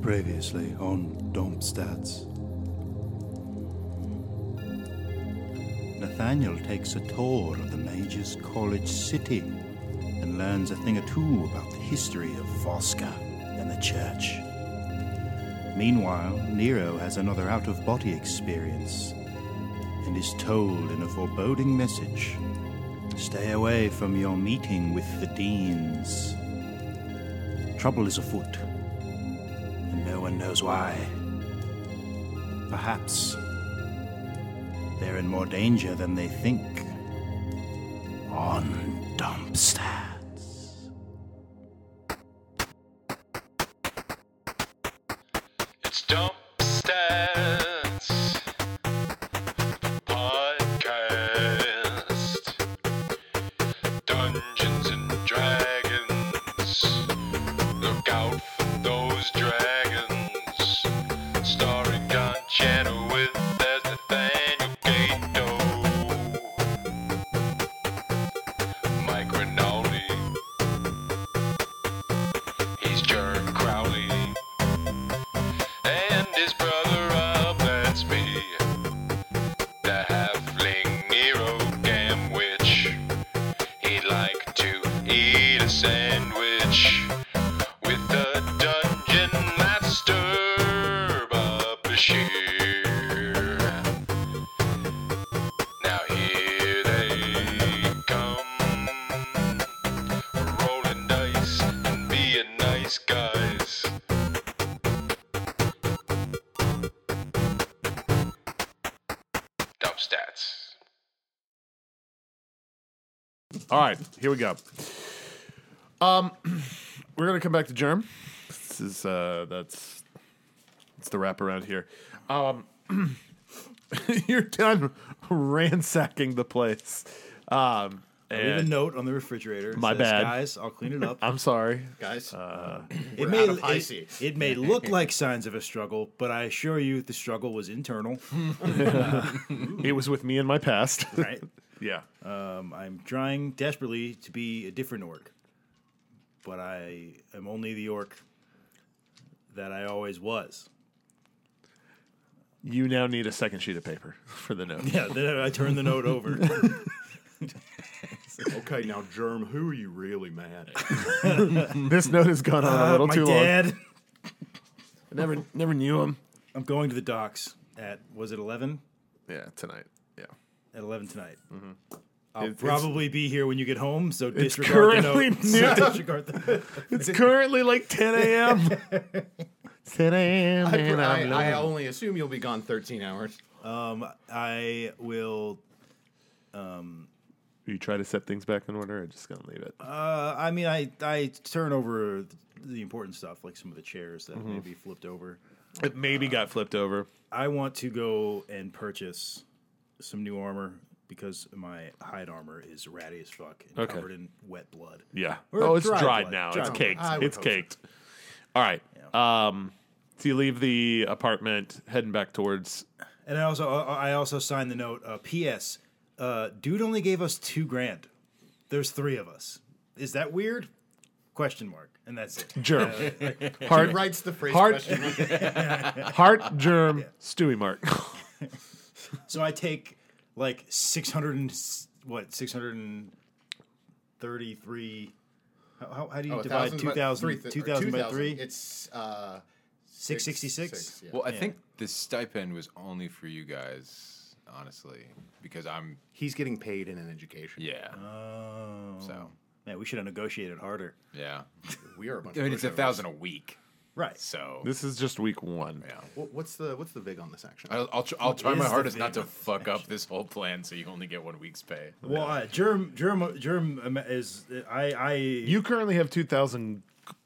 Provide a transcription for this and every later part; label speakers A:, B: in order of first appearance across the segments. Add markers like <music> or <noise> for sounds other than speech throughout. A: previously on Domp Stats. Nathaniel takes a tour of the Major's College City and learns a thing or two about the history of Voska and the church. Meanwhile, Nero has another out of body experience and is told in a foreboding message stay away from your meeting with the deans. Trouble is afoot, and no one knows why. Perhaps they're in more danger than they think. On Dumpstats.
B: It's Dump Stats Podcast Dungeons and Dragons. Look out for those dragons. Starring Don Channel with as Nathaniel Gato. Mike Rinaldi. He's Jerk Crowley. And his brother Rob, that's me. The halfling Nero Gamwich. He'd like to eat a sandwich with the dungeon master, Bob Bashir. Now here they come, rolling dice and being nice guys. Dump stats.
C: All right, here we go. Um, <clears throat> we're gonna come back to Germ. This is uh, that's it's the wrap around here. Um, <clears throat> you're done ransacking the place. Um,
D: Leave a
C: and
D: note on the refrigerator. It
C: My
D: says,
C: bad.
D: guys. I'll clean it up.
C: <laughs> I'm sorry.
D: guys, it
E: we're
D: may
E: out of high
D: it,
E: seas.
D: it may look like signs of a struggle, but I assure you, the struggle was internal.
C: It was with me in
D: <laughs>
C: my past. <laughs>
D: Right?
C: yeah.
D: um, I'm trying desperately to be a different orc, but I am only the orc that I always was. <laughs>
C: You now need a second sheet of paper for the note.
D: Yeah. Then I turn the note over.
E: Okay, now Germ, who are you really mad <laughs> at?
C: this note has gone on a
D: Uh,
C: little
D: my
C: too long.
D: dad.
C: I never never knew him.
D: I'm going to the docks at was it 11?
C: Yeah, tonight. Yeah.
D: At 11 tonight. I'll
C: It- it's-
D: probably be here when you get home, so disregard the
C: currently
D: note. <laughs>
C: noon.
D: So disregard the
C: <laughs> It's currently like 10 <laughs> a.m. 10 a.m.
E: I,
C: and
E: I-
C: I'm
E: I
C: late.
E: only assume you'll be gone 13 hours.
D: I will.
C: You try to set things back in order, or just gonna leave it.
D: Uh, I mean, I I turn over the important stuff, like some of the chairs that
C: Mm-hmm.
D: may be flipped over.
C: it maybe got flipped over.
D: I want to go and purchase some new armor because my hide armor is ratty as fuck and
C: Okay.
D: covered in wet blood.
C: Yeah.
D: Or
C: oh, it's
D: dry
C: dried
D: blood.
C: now.
D: Dry
C: it's
D: blood.
C: caked.
E: I would
C: It's
E: hope so.
C: caked. All right. Um, so you leave the apartment, heading back towards.
D: And I also uh, I also signed the note. Uh, P.S. Uh, dude only gave us two grand. There's three of us. Is that weird? Question mark. And that's it.
C: Germ, heart,
E: Writes the phrase
C: Hard-
E: question.
C: heart, germ, Stewie Mark. <laughs>
D: So I take like 600 and s- what 633 how, how, how do you
E: Oh, a
D: divide
E: thousand by-
D: 2000
E: three thi- or
D: 2000 by
E: 2,000.
D: 3
E: It's uh,
D: 666
E: yeah.
F: Well, I think the stipend was only for you guys, honestly, because I'm
E: He's getting paid in an education.
F: yeah. so
D: man we should have negotiated harder
F: yeah,
E: We are a bunch
F: I
E: of
F: mean it's a
E: pushovers.
F: thousand a week,
D: right
F: so
C: this is just week one.
F: yeah.
E: What- What's the what's the vig on this action?
F: I'll, I'll, tr- I'll try
D: is
F: my
D: the
F: hardest not
D: thing
F: to fuck up this whole plan, so you only get one week's pay.
D: well uh, germ germ germ um, is i i
C: You currently have two thousand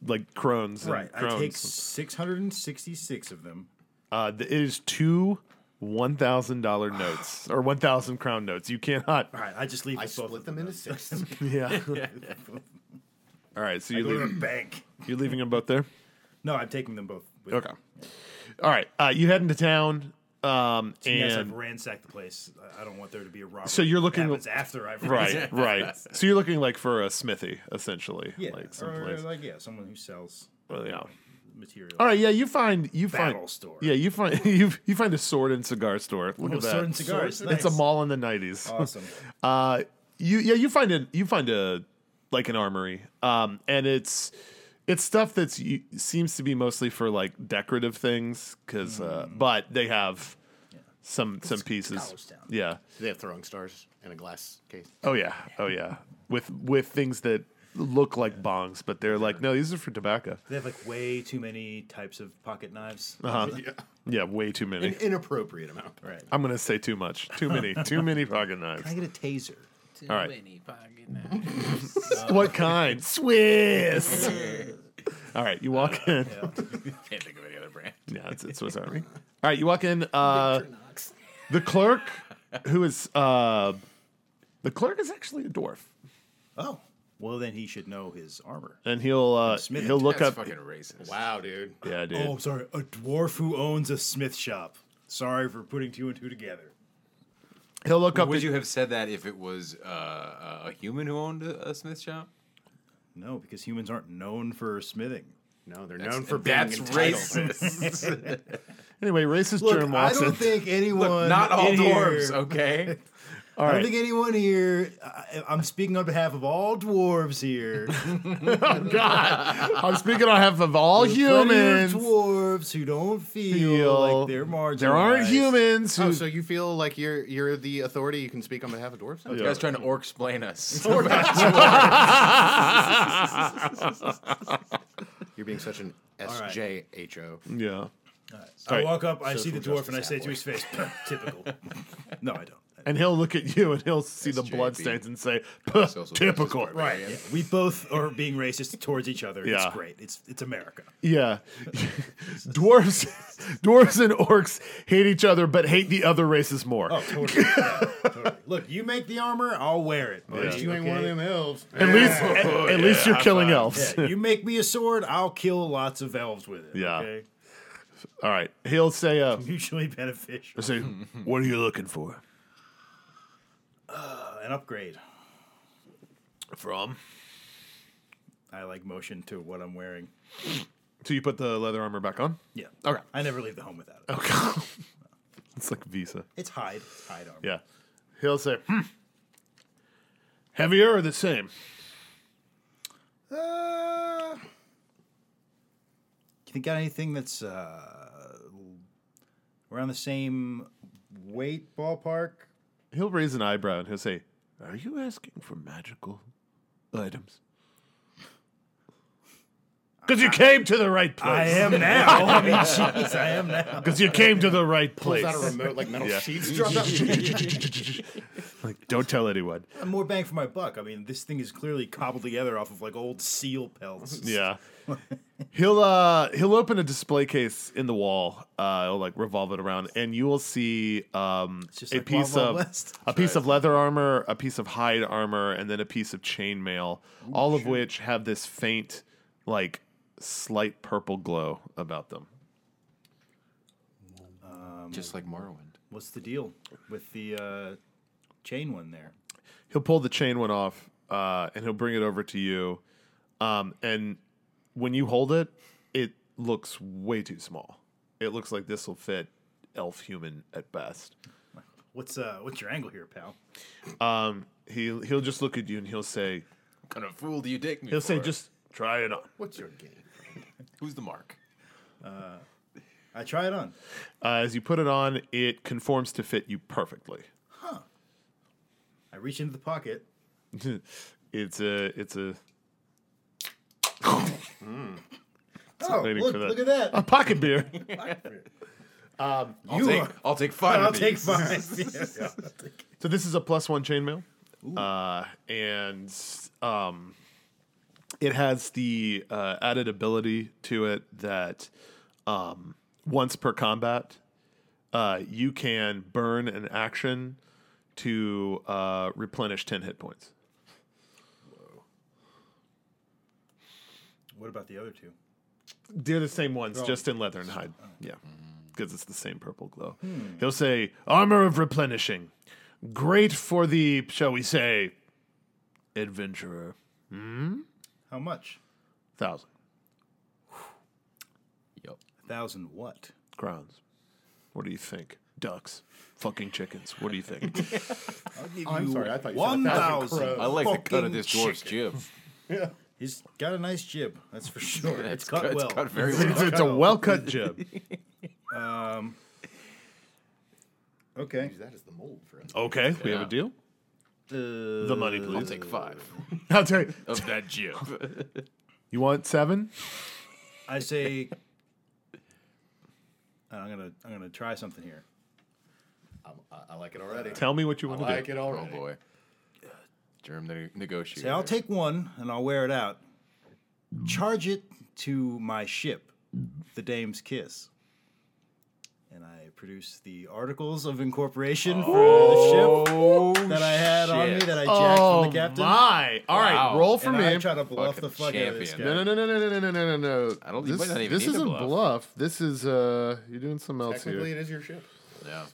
C: like crones. and
D: right i take
C: crones.
D: 666 of them
C: Uh, th- it is two one thousand dollar notes or one thousand crown notes. You cannot.
D: <laughs> all right i just leave
E: I
D: with both
E: split
D: of
E: them into six.
F: <laughs>
C: Yeah. <laughs> All right. So you
D: Go to
C: leave,
D: the bank
C: you're leaving them both there.
D: no i'm taking them both with
C: Okay. All right. Uh, you head into town. Um, and
D: Yes, I've ransacked the place. I- I don't want there to be a robbery.
C: So you're looking-
D: That happens after I've ransacked <laughs>
C: <laughs> <laughs> right, right. So you're looking like for a smithy, essentially.
D: Yeah,
C: Like
D: or
C: someplace.
D: like yeah, someone who sells.
C: well, yeah.
D: material.
C: All right, yeah, you find you
D: Battle
C: find
D: store.
C: Yeah, you find <laughs> you you find a sword and cigar store. Look
D: Oh,
C: at that.
D: sword and cigars,
C: Sword- It's a
D: nice. Oh,
C: mall in the nineties.
D: Awesome.
C: Uh, you yeah, you find it. You find a like an armory, um, and it's it's stuff that's you, seems to be mostly for like decorative things, because uh, but they have some some
D: college
C: pieces.
D: town.
C: Yeah.
E: Do they have throwing stars in a glass case?
C: Oh yeah. Oh yeah. With with things that look like bongs, but they're like no, these are for tobacco.
D: They have like way too many types of pocket knives.
C: Uh-huh. Yeah, way too
E: <laughs> An
C: many.
E: inappropriate amount.
D: Right.
C: I'm gonna say too much. Too <laughs> many. Too many pocket knives.
D: Can I get a taser?
G: Too
C: All right.
G: many pocket knives.
C: What <laughs> kind? Swiss. Uh, All right, you walk in.
G: Can't think of any other brand.
C: Yeah, it's, it's
D: <laughs>
C: Swiss Army. All right, you walk in. Uh, the clerk, who is uh, the clerk, is actually a dwarf,
D: Oh, well then he should know his armor.
C: and he'll uh,
D: Smith.
C: he'll look
F: That's
C: up.
F: fucking racist.
E: Wow, dude.
C: Yeah, dude.
D: Oh, I'm sorry. A dwarf who owns a smith shop. Sorry for putting two and two together.
C: He'll look up.
F: Would
C: the-
F: you have said that if it was uh, a- a human who owned a, a smith shop?
D: No, because humans aren't known for smithing.
E: No, they're known for being
F: that's
E: entitled.
F: racist.
C: anyway, racist
D: Look,
C: germ
D: I
C: walks in.
D: don't think anyone.
F: Not all
D: in
F: dwarves,
D: here-
F: okay?
C: All
D: I
C: right,
D: don't
C: <laughs>
D: think anyone here. I, I'm speaking on behalf of all dwarves
C: <laughs>
D: here.
C: I'm speaking on behalf of all
D: Plenty of
C: humans.
D: dwarves who don't feel,
C: Feel-
D: like they're marginalized.
C: There aren't humans. Who,
E: Oh, so you feel like you're you're the authority? You can speak on behalf of dwarves. now?
F: You guys trying to orc explain us. <laughs>
E: You're being such an
D: right.
E: SJHO.
C: yeah.
D: I
C: Right.
D: walk up, I see the
E: Social
D: dwarf, and I
E: justice
D: say to his face, <laughs> "Typical." No, I don't.
C: And he'll look at you, and he'll see the
F: SJB.
C: bloodstains and say, "Puh,
F: Social
C: "Typical."
F: justice
D: Right. yeah. We both are being racist towards each other.
C: Yeah.
D: It's great. It's it's America.
C: Yeah. <laughs> dwarves dwarves and orcs hate each other but hate the other races more.
D: Oh, totally. Yeah, totally. Look, you make the armor, I'll wear it. buddy,
E: You ain't one of
D: okay?
E: them elves.
C: At least at, at least you're killing elves.
D: <laughs> Yeah, you make me a sword, I'll kill lots of elves with it.
C: Yeah.
D: Okay?
C: <laughs> All right. He'll say uh
D: Mutually beneficial. <laughs>
C: say, "What are you looking for?"
D: Uh, An upgrade.
C: From?
D: I like motion to what I'm wearing.
C: So you put the leather armor back on?
D: Yeah.
C: Okay.
D: I never leave the home without it.
C: Okay. <laughs> it's like Visa.
D: It's hide. It's hide armor.
C: Yeah. He'll say, hmm, "Heavier or the same?"
D: Uh, you think got anything that's uh, around the same weight ballpark?
C: He'll raise an eyebrow and he'll say, "Are you asking for magical items?" Because you came to the right place.
D: I am now. <laughs> I mean, jeez, I am now.
C: Because you came to the right place.
E: Is that a remote like metal
C: Yeah.
E: sheets dropped <laughs> out?
C: like, don't tell anyone.
D: More bang for my buck. I mean, this thing is clearly cobbled together off of like old seal pelts.
C: <laughs> Yeah. He'll uh he'll open a display case in the wall. Uh, he'll like revolve it around, and you will see um
D: just
C: a
D: like Wild
C: piece
D: Wild
C: of
D: West.
C: a piece of leather armor, a piece of hide armor, and then a piece of chainmail. All of which have this faint, like slight purple glow about them.
F: Just like Morrowind.
D: What's the deal with the uh, chain one there?
C: he'll pull the chain one off uh, and he'll bring it over to you um, and when you hold it it looks way too small it looks like this will fit elf human at best
D: What's uh, what's your angle here, pal?
C: um, he, he'll just look at you and he'll say
F: What kind of fool do you take me
C: he'll
F: for?
C: say just try it on
E: What's your game?
F: Who's the mark?
D: I try it on.
C: uh, as you put it on it conforms to fit you perfectly <laughs>
D: I reach into the pocket.
C: it's a it's a
D: Oh,
C: waiting
D: look,
C: for that.
D: look at
C: <laughs>
D: that.
C: a pocket beer
F: I'll
D: You
F: take
D: are-
F: I'll take five.
D: I'll
F: of
D: take
C: <laughs>
F: these.
D: mine. <laughs> Yeah, yeah.
C: So this is a plus one chainmail, uh, and um, it has the uh, added ability to it that um, once per combat, uh, you can burn an action to uh, replenish ten hit points.
D: What about the other two?
C: They're the same ones, just in leather and hide. Yeah, because it's the same purple glow. He'll say, "Armor of replenishing, great for the shall we say, adventurer."
D: How much?
C: thousand.
D: thousand what?
C: Grounds. What do you think? Ducks. Fucking chickens. What do you think?
E: I'm sorry, I thought you said
D: One
E: 1,000
D: thousand.
E: crows.
F: I like the cut of this
D: fucking
F: dwarf's
D: chicken.
F: jib.
D: He's got a nice jib, that's for
F: <laughs>
D: sure. it's cut
F: cut,
D: well.
F: It's
D: <laughs>
F: cut very well.
C: it's, <laughs> it's a well cut jib.
D: Okay.
E: Use that as the mold for us.
C: Okay, we have
F: Yeah.
C: a deal.
D: Uh,
C: The money, please.
F: I'll take five
C: I'll tell you.
F: of that jib.
C: <laughs> You want seven?
D: I say uh, I'm gonna I'm gonna try something here.
E: I'm, I, I like it already.
C: Tell me what you
E: I
C: want to
E: like
C: do.
E: it
F: Oh
E: already.
F: boy. Germ the negotiator.
D: Say I'll take one and I'll wear it out. Charge it to my ship, the Dame's Kiss. And I produce the articles of incorporation for
F: Oh,
D: the ship that I had on me
F: shit.
D: that I jacked
C: Oh
D: from the captain.
C: my! All right,
F: Wow.
C: roll for
D: and
C: me.
D: I try to bluff the fuck
F: Fucking
D: out of this guy.
F: champion.
C: No, no, no, no, no, no, no, no, no, no.
F: I don't- you
C: This,
F: might not even
C: this
F: need to
C: isn't
F: bluff.
C: This is uh, you're doing something else
E: Technically,
C: here.
E: it is your ship.
F: Yeah.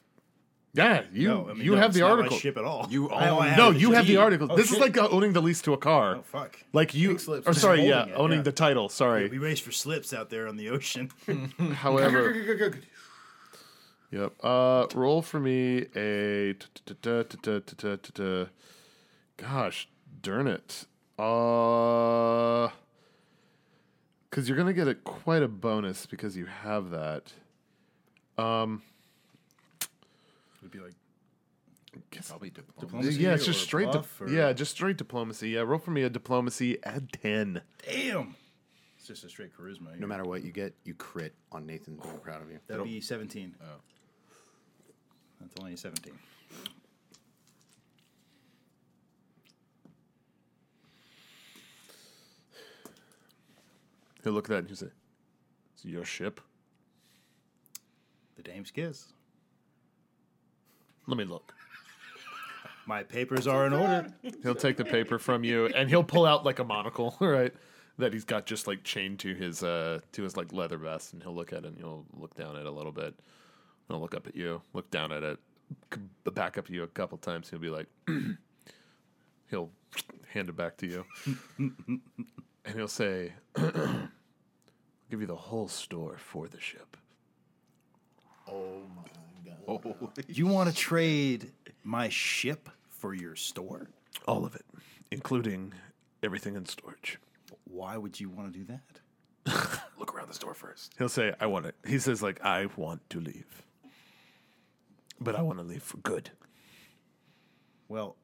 C: Yeah, you
D: No, I mean,
C: you
D: no,
C: have
D: it's
C: the
D: not my
C: article.
D: ship at all.
F: You
D: I don't
F: own-
D: have
C: No,
D: it.
C: you have the article.
D: Oh,
C: this is
D: shit.
C: like uh, owning the lease to a car.
D: Oh fuck.
C: Like you,
E: slips.
C: or
E: Just
C: sorry,
D: holding
C: yeah,
D: it,
C: owning
D: yeah.
C: the title. Sorry.
D: We race for slips out there on the <laughs> ocean.
C: However, yep. Uh, roll for me a. t- t- t- t- t- t- t- t- t- Gosh, darn it. Uh, because you're gonna get a quite a bonus because you have that.
D: Would be like
F: Probably diplomacy.
D: diplomacy
C: yeah, it's just
D: or
C: straight. Di-
D: bluff or-
C: Yeah, just straight diplomacy. Yeah, roll for me a diplomacy. Add ten.
D: Damn. It's just a straight charisma.
E: No matter what you get, you crit on Nathan's. I'm proud of you.
D: That'd be 17. That's only a 17.
C: He'll look at that and he'll say, "It's your ship."
D: The Dame's Kiss.
C: Let me look.
D: My papers are in order.
C: He'll take the paper from you and he'll pull out like a monocle, <laughs> right? That he's got just like chained to his uh to his like leather vest and he'll look at it and he'll look down at it a little bit. He'll look up at you, look down at it, c- back up at you a couple times, he'll be like <clears throat> he'll hand it back to you. <laughs> and he'll say <clears throat> I'll give you the whole store for the ship.
D: You want to trade my ship for your store?
C: All of it, including everything in storage.
D: Why would you want to do that?
F: Look around the store first.
C: He'll say, I want it. He says, like, I want to leave. But I want to leave for good.
D: Well,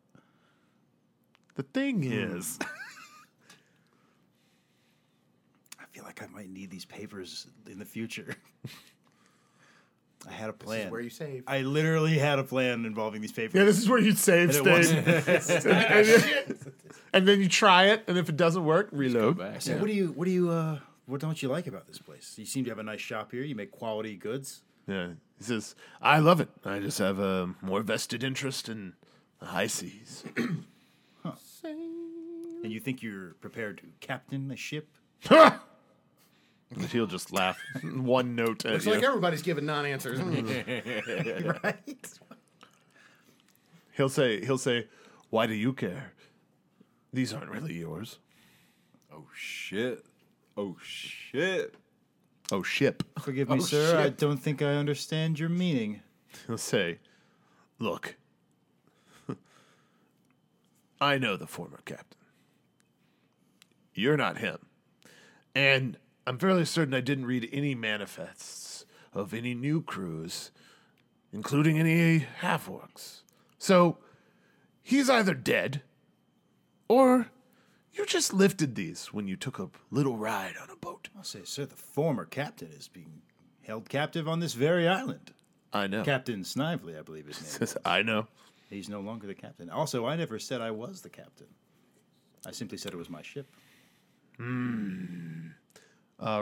C: The thing
F: Hmm. <laughs>
C: is,
D: I feel like I might need these papers in the future. <laughs> I had a plan.
E: This is where you save.
D: I literally had a plan involving these papers.
C: yeah, this is where you save
D: And it wasn't.
C: state.
F: <laughs>
C: and, then, and then you try it, and if it doesn't work, reload.
F: Back.
D: So what do you what do you uh what don't you like about this place? You seem to have a nice shop here. You make quality goods.
C: Yeah. He says, I love it. I just have a more vested interest in the high seas.
D: And you think you're prepared to captain a ship?
C: but he'll just laugh <laughs> one note at
E: It's
C: you.
E: like everybody's giving
C: <laughs>
E: non-answers. Mm.
D: right?
C: he'll say, he'll say, why do you care? These aren't really yours.
F: Oh shit. Oh shit.
C: Oh, ship.
D: Forgive me, sir. I don't think I understand your meaning.
C: He'll <laughs> say, Look, <laughs> I know the former captain. You're not him. And I'm fairly certain I didn't read any manifests of any new crews, including any half orcs. So he's either dead or you just lifted these when you took a little ride on a boat.
D: I'll say, sir, the former captain is being held captive on this very island.
C: I know.
D: Captain Snively, I believe his <laughs> name.
C: <laughs> I know.
D: He's no longer the captain. Also, I never said I was the captain. I simply said it was my ship.
C: Uh,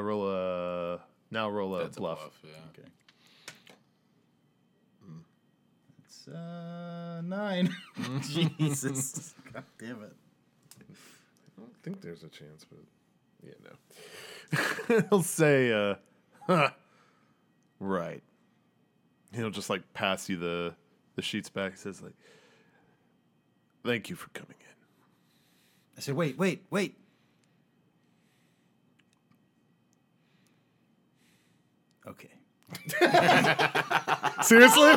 C: roll a. Now roll a
F: That's a
C: bluff.
F: bluff, yeah.
D: Okay. It's uh nine. <laughs> Jesus. God damn it.
C: I think there's a chance, but yeah, no. <laughs> He'll say, uh, huh, right. He'll just like pass you the the sheets back. He says, like, thank you for coming
F: <laughs>
C: in.
D: I said, wait, wait, wait.
A: Okay.
C: Seriously?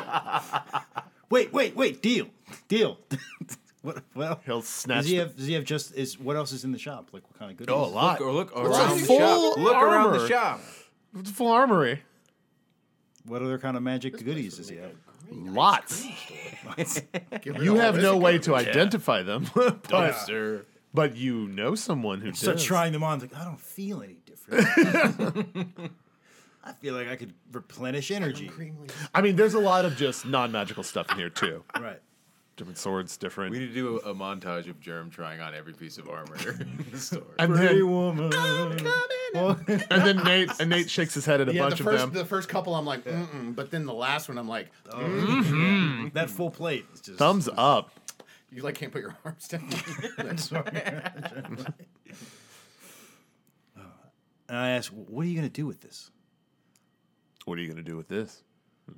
D: Wait, wait, wait. Deal, deal. <laughs> what? Well,
C: He'll snatch.
D: does he
C: the-
D: have? Does he have just? Is what else is in the shop? Like what kind of goodies?
C: oh, a lot.
F: Or look
C: It's
F: around the
C: full
F: shop. Look around
C: armor.
F: the shop.
C: It's a full armory.
D: What other kind of magic goodies does he have?
C: Lots.
E: Give
C: You
E: it
C: have
E: all.
C: no way to identify them, <laughs> but,
F: Sir.
C: but you know someone who
D: Start
C: does.
D: trying them on. Like I don't feel any different.
C: <laughs>
D: I feel like I could replenish energy.
C: I mean, there's a lot of just non-magical stuff in here too.
D: Right.
C: Different swords, different.
F: We need to do a, a montage of Germ trying on every piece of armor in the store.
C: and then,
D: woman.
C: <laughs> and then Nate and Nate shakes his head at a
E: Yeah,
C: bunch
E: the
C: of
E: first
C: them.
E: the first couple I'm like, mm but then the last one I'm like,
D: that full plate. Is just
C: Thumbs up.
E: you like can't put your <laughs> arms
C: <laughs>
E: down.
D: And I ask, what are you going to do with this?
C: What are you gonna do with this?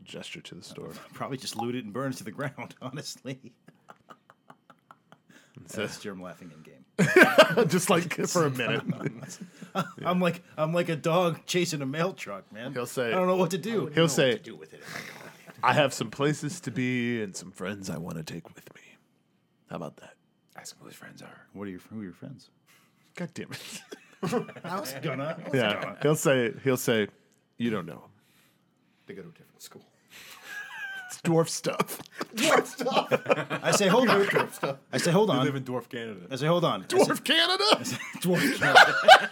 C: Gesture to the store.
D: Probably just loot it and burn it to the <laughs> ground. Honestly, that's Germ laughing in game.
C: <laughs> just like for a minute.
D: I'm like I'm like a dog chasing a mail truck, man.
C: He'll say-
D: I don't know what to do.
C: He'll say,
G: do with it.
C: "I have some places to be and some friends I want to take with me." How about that?
G: Ask him who his friends are.
D: What are your who are your friends?
C: God damn it. <laughs>
D: I was gonna.
C: yeah, he'll say he'll say, "You don't know
E: they go to a different school. <laughs>
C: It's dwarf stuff." <laughs>
D: I say hold on. I say hold on.
H: in dwarf Canada.
D: I say hold on. I
C: Dwarf Canada.
D: say, <laughs> dwarf Canada.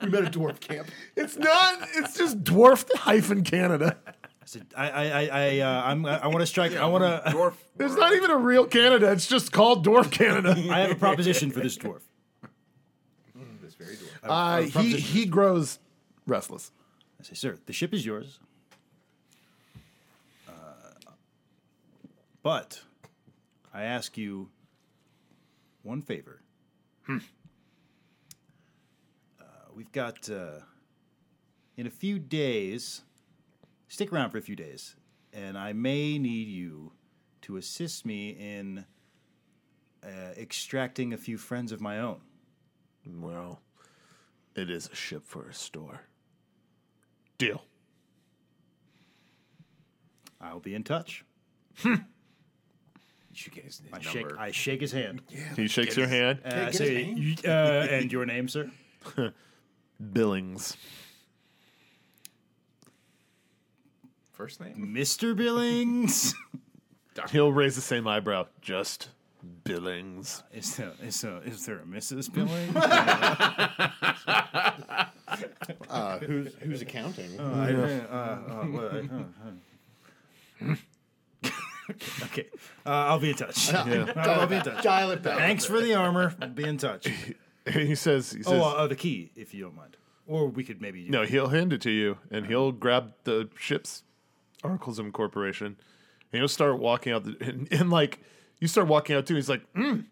E: We met at dwarf camp.
C: It's not. It's just dwarf hyphen Canada.
D: I said, I I I I uh, I'm, I want to strike. I want to.
G: Dwarf.
C: There's not even a real Canada. It's just called dwarf <laughs> Canada.
D: I have a proposition for this dwarf.
C: Uh, he he grows restless.
D: I say, sir, the ship is yours. Uh, But I ask you one favor. Uh, we've got, uh, in a few days, stick around for a few days, and I may need you to assist me in uh, extracting a few friends of my own.
C: Well, it is a ship for a store. Deal.
D: I'll be in <laughs> touch.
G: You should get his, his
D: I
G: number.
D: shake, I shake his hand.
C: He shakes your hand.
D: Uh, I say, "You- uh, and your name, sir?
C: Billings.
G: First name?
D: Mr. <laughs> Billings.
C: He'll raise the same eyebrow. Just Billings.
D: is, there, is, there, is there a Mrs. Billings? <laughs> Uh,
E: Who's who's accounting?
D: uh, uh, <laughs> okay, uh, I'll be in touch. <laughs> I'll be in touch.
E: <laughs> Dial it back.
D: Thanks for the armor. Be in touch.
C: <laughs> he says, he says
D: Oh, uh, uh, the key, if you don't mind. Or we could maybe.
C: no, he'll hand it to you and he'll grab the ship's Arklesum Corporation and he'll start walking out. The, and, and like, you start walking out too. He's like, mm,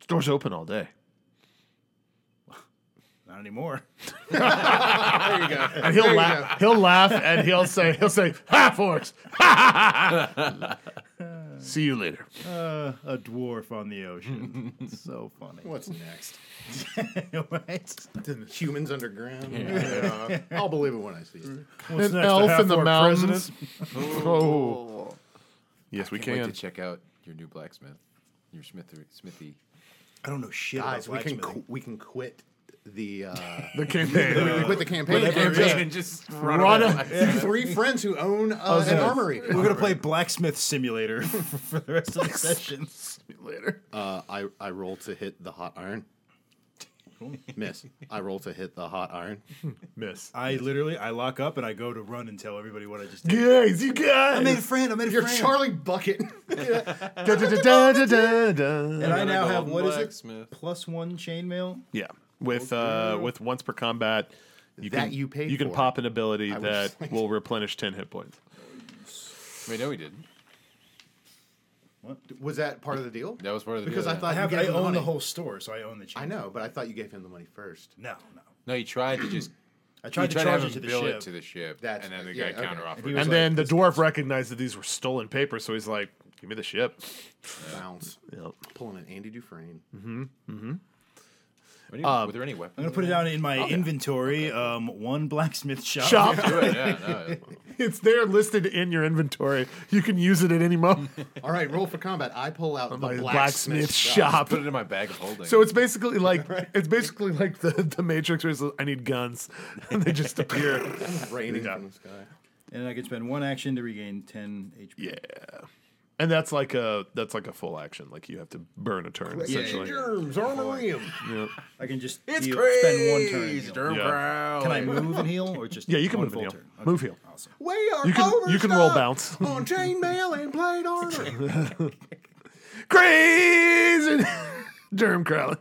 C: store's open all day.
D: Not anymore. <laughs>
E: <laughs>
C: And he'll laugh. He'll laugh and he'll say, he'll say, ha, forks. <laughs> See you later.
D: A dwarf on the ocean. <laughs> so funny.
E: What's next?
D: <laughs> right?
E: Humans underground. Yeah. I'll believe it when I see
D: Mm.
E: it.
C: An
D: next, the
C: elf in the
D: half-orc
C: mountains. Oh. Yes, we
F: Wait
C: can.
F: to check out your new blacksmith, your smithy. smithy.
D: <laughs> I don't know shit
E: Guys, we
D: about
E: can
D: blacksmithing.
E: qu- we can quit
D: <laughs>
E: the uh,
C: The campaign.
E: <laughs> we quit the campaign.
G: And just run, away.
E: Three friends who own uh, an armory.
D: We're gonna play blacksmith simulator <laughs> for the rest of the session.
C: later.
E: Uh, I I roll to hit the hot iron. Miss. I roll to hit the hot iron.
C: Miss.
D: I literally, I lock up and I go to run and tell everybody what I just did.
C: Guys, you guys.
D: made a friend. I made a
E: You're
D: friend. <laughs>
E: Charlie Bucket.
C: Da, da, da, da, da, da.
D: and I now
F: Another
D: have
F: golden
D: what is
F: blacksmith.
D: it? Plus one chainmail.
C: Yeah, with uh, with once per combat, you
E: That
C: can
E: you paid
C: you can
E: for.
C: pop an ability
E: was
C: that
E: like-
C: will replenish ten hit points.
F: <laughs> Wait, no, he didn't.
E: Was that part of the deal?
F: That was part of the
E: because
F: deal,
E: I
F: yeah.
E: thought
D: I have.
E: you
D: I
E: gave him
D: own
E: money.
D: the whole store, so I own the chain.
E: I know, but I thought you gave him the money first.
D: No, no.
F: No, he tried to just.
D: I
F: He
D: tried to
F: tried to
D: charge
F: have
D: it to
F: him
D: the
F: bill
D: ship.
F: it to the ship,
E: That's
F: and then the
E: right,
F: guy
E: yeah, okay.
F: counter
D: he
F: offered.
D: was
C: And then the dwarf recognized that these were stolen papers, so he's like, "Give me the ship."
E: Bounce.
C: Yep.
E: Pulling an Andy Dufresne.
G: Were, any, were there any weapons?
A: I'm gonna put it down in my inventory. Um, one blacksmith shop.
C: <laughs> Shop.
F: Do it, yeah, no.
C: <laughs> it's there listed in your inventory. You can use it at any moment.
E: <laughs> All right, roll for combat. I pull out the
C: My
E: blacksmith,
C: blacksmith
E: shop.
C: shop.
G: Put it in my bag of holding.
C: So it's basically like it's basically like the, the Matrix where it's like, I need guns <laughs> and they just appear.
E: <laughs> Raining
C: Yeah.
E: from the sky.
D: <laughs> And I can spend one action to regain 10 HP.
C: yeah. And that's like a that's like a full action. Like you have to burn a turn essentially.
E: Germs, armorium. <laughs>
D: I can just
G: it's
D: heal-
G: crazy.
D: spend one turn. and heal.
G: Derm
C: Yeah.
G: Brown.
D: Can I move and heal, or just
C: Yeah, you can
D: one
C: move
D: full
C: and heal.
D: turn?
C: Move heal.
D: Awesome.
E: We are
C: You can- you can roll bounce.
E: overstocked <laughs> on chainmail and
C: <laughs>
E: plate armor.
C: Crazy <laughs> Durham Crowley.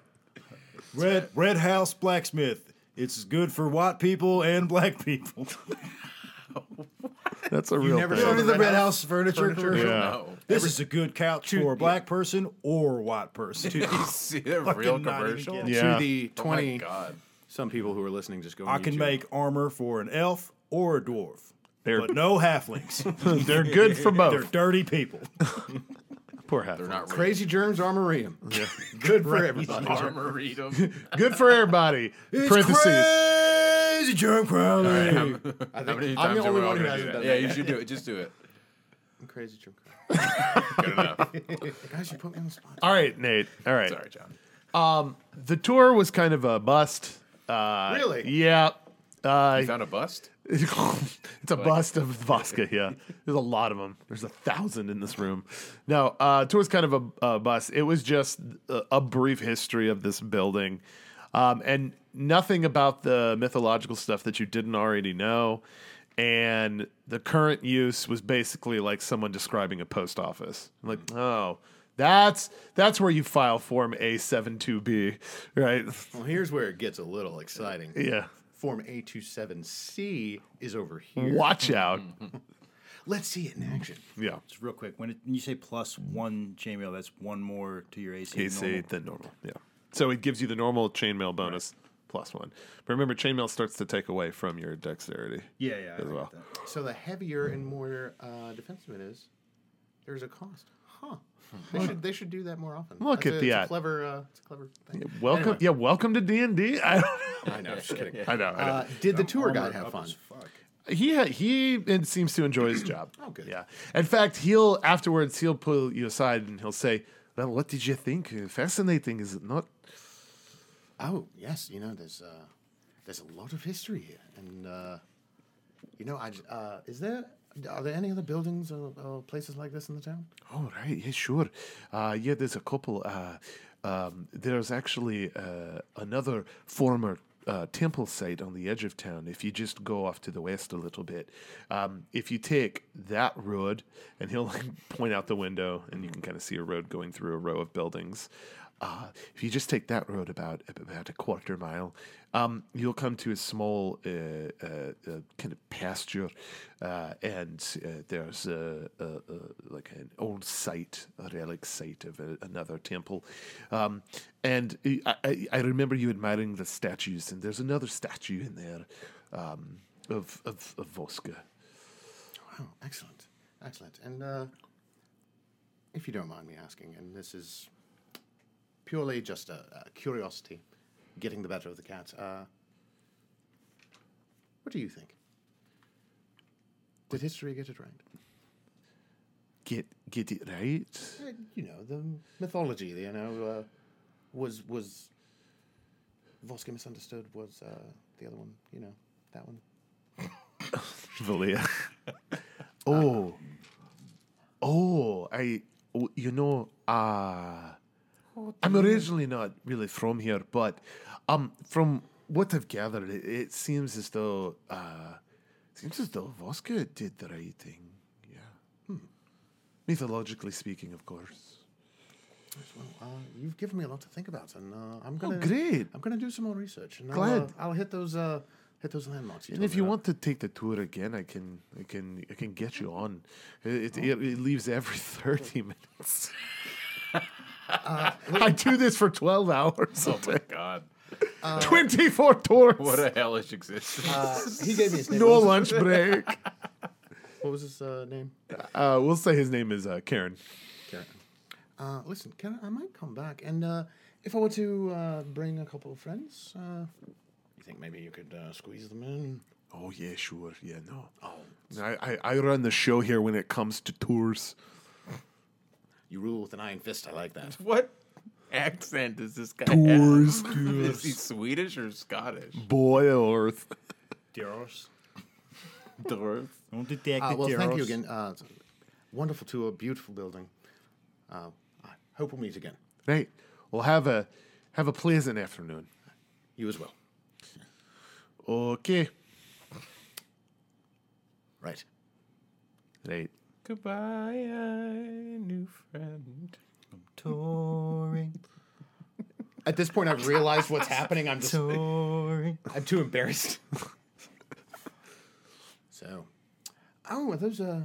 D: Red Red House Blacksmith. It's good for white people and black <laughs> people.
C: That's a real
E: never
C: thing.
E: saw
D: Remember
E: the
D: the
E: Red
D: Red House furniture commercial?
C: Yeah.
G: No.
D: <laughs> This is a good couch for <laughs> a black person or white person. <laughs>
G: Did you <laughs> see a real
D: Fucking not even
G: commercial?
D: kidding.
C: Yeah.
E: To the
G: Oh my
E: 20,
G: god.
E: some people who are listening just go. on
D: I can
E: YouTube.
D: make armor for an elf or a dwarf,
C: They're-
D: but no halflings.
C: <laughs> They're good for both.
D: They're dirty <laughs> people.
C: Poor half.
G: They're not
D: <laughs>
G: crazy.
E: crazy germs <laughs> armorium. Good for everybody.
G: Armorito.
C: Good for everybody. Parentheses.
D: Crazy germ Crowley.
E: I
G: How many
E: think I'm
G: times
E: the
G: are we
E: only
G: all
E: one
G: gonna
E: who
G: do
E: hasn't
G: that?
E: done
G: Yeah,
E: that.
G: you should do it. Just do
D: <laughs>
G: it.
E: I'm Crazy germ.
G: Good enough.
E: Guys, you put me on the spot.
C: All right, Nate. All right.
G: Sorry, John.
C: The tour was kind of a bust. Uh,
E: Really?
C: Yeah. <laughs> Uh,
G: You found a bust?
C: it's a bust of Voska, yeah. There's a lot of them. There's a thousand in this room. No, uh, tour was kind of a, a bust. It was just a, a brief history of this building, um, and nothing about the mythological stuff that you didn't already know. And the current use was basically like someone describing a post office. Like, oh, that's that's where you file form A72B, right?
E: Well, here's where it gets a little exciting.
C: yeah.
E: Form A27C is over here.
C: Watch out.
E: Mm-hmm. Let's see it in action.
C: Yeah.
D: Just real quick, when, it, when you say plus one chainmail, that's one more to your AC.
C: AC
D: normal.
C: than normal. Yeah. So it gives you the normal chainmail bonus plus one. But remember, chainmail starts to take away from your dexterity.
D: Yeah, yeah. I
C: As
D: get
C: well.
D: that.
E: So the heavier and more uh, defensive it is, there's a cost. Huh. They should they should do that more often.
C: Look
E: That's
C: at
E: a,
C: the
E: it's
C: ad.
E: a clever uh, it's a clever thing.
C: Welcome,
E: Anyway.
C: yeah, welcome to D and D. <laughs> I don't know.
E: I know, just kidding.
C: I know. I know.
E: Uh, did the tour
D: Armor
E: guide have
D: up
E: fun?
D: as fuck.
C: he ha- he and seems to enjoy his job.
E: Oh, good.
C: Yeah. In fact, he'll afterwards he'll pull you aside and he'll say, "Well, what did you think? Fascinating, is it not?"
E: Oh yes, you know there's uh, there's a lot of history here, and uh, you know I j- uh, is there are there any other buildings or, or places like this in the town?
C: Oh right, yeah, sure. Uh, yeah, there's a couple. Uh, um, there's actually uh, another former uh, temple site on the edge of town. If you just go off to the west a little bit, um, if you take that road, and he'll <laughs> like, point out the window, and you can kind of see a road going through a row of buildings. Uh, if you just take that road about about a quarter mile, um, you'll come to a small uh, uh, uh, kind of pasture, uh, and uh, there's a, a, a like an old site, a relic site of a, another temple. Um, and I, I, I remember you admiring the statues, and there's another statue in there um, of, of of Voska.
E: Wow, Oh, excellent, excellent. And uh, if you don't mind me asking, and this is purely just a, a curiosity, getting the better of the cat. Uh, what do you think? Did history get it right?
C: Get get it right.
E: Uh, you know the mythology you know uh, was was Voska misunderstood was uh, the other one you know that one
C: Valia. oh. Oh, I, oh, you know, uh, I'm originally not really from here, but um, from what I've gathered, it, it seems as though, uh, seems as though Voska did the right thing. Yeah. Hmm. Mythologically speaking, of course.
E: as well uh, you've given me a lot to think about and uh, I'm gonna
C: Oh, great.
E: I'm gonna do some more research and I'll,
C: Glad.
E: uh, I'll hit those uh, hit those landmarks
C: And
E: told
C: if
E: me
C: you
E: about.
C: want to take the tour again, I can, I can, I can get you on. It, it, it, it leaves every <laughs> thirty minutes. <laughs> I do this for twelve hours
G: Oh
C: a
G: my
C: day, <laughs>
G: god.
C: twenty-four tours,
G: What a hellish existence.
D: Uh,
E: Uh, he gave me his name
C: <laughs> no
E: what, was,
C: lunch break.
E: what was his uh, name
C: Uh, we'll say his name is uh, Karen.
E: Uh, listen, can I, I might come back and uh, If I were to uh, bring a couple of friends, uh, you think maybe you could uh, squeeze them in?
C: Oh yeah, sure. Yeah, no. Oh, I, I I run the show here when it comes to tours.
E: You rule with an iron fist. I like
C: <laughs>
E: that.
G: <laughs> What accent does this guy
C: Tours,
G: have? Is he Swedish or Scottish?
C: Boy oh, Earth.
D: Dears.
G: Dwarf.
A: Don't detect
E: Uh,
A: it,
E: well, thank you
A: Jaros.
E: again. Uh, it's a wonderful tour, beautiful building. Uh, I hope we'll meet again.
C: Right. Well, have a have a pleasant afternoon.
E: You as well.
C: Okay.
E: Right.
C: Right.
G: Goodbye, uh, new friend.
A: Touring,
E: At this point, I've realized what's happening. I'm just,
A: touring.
E: I'm too embarrassed. <laughs> so, oh, are those, uh,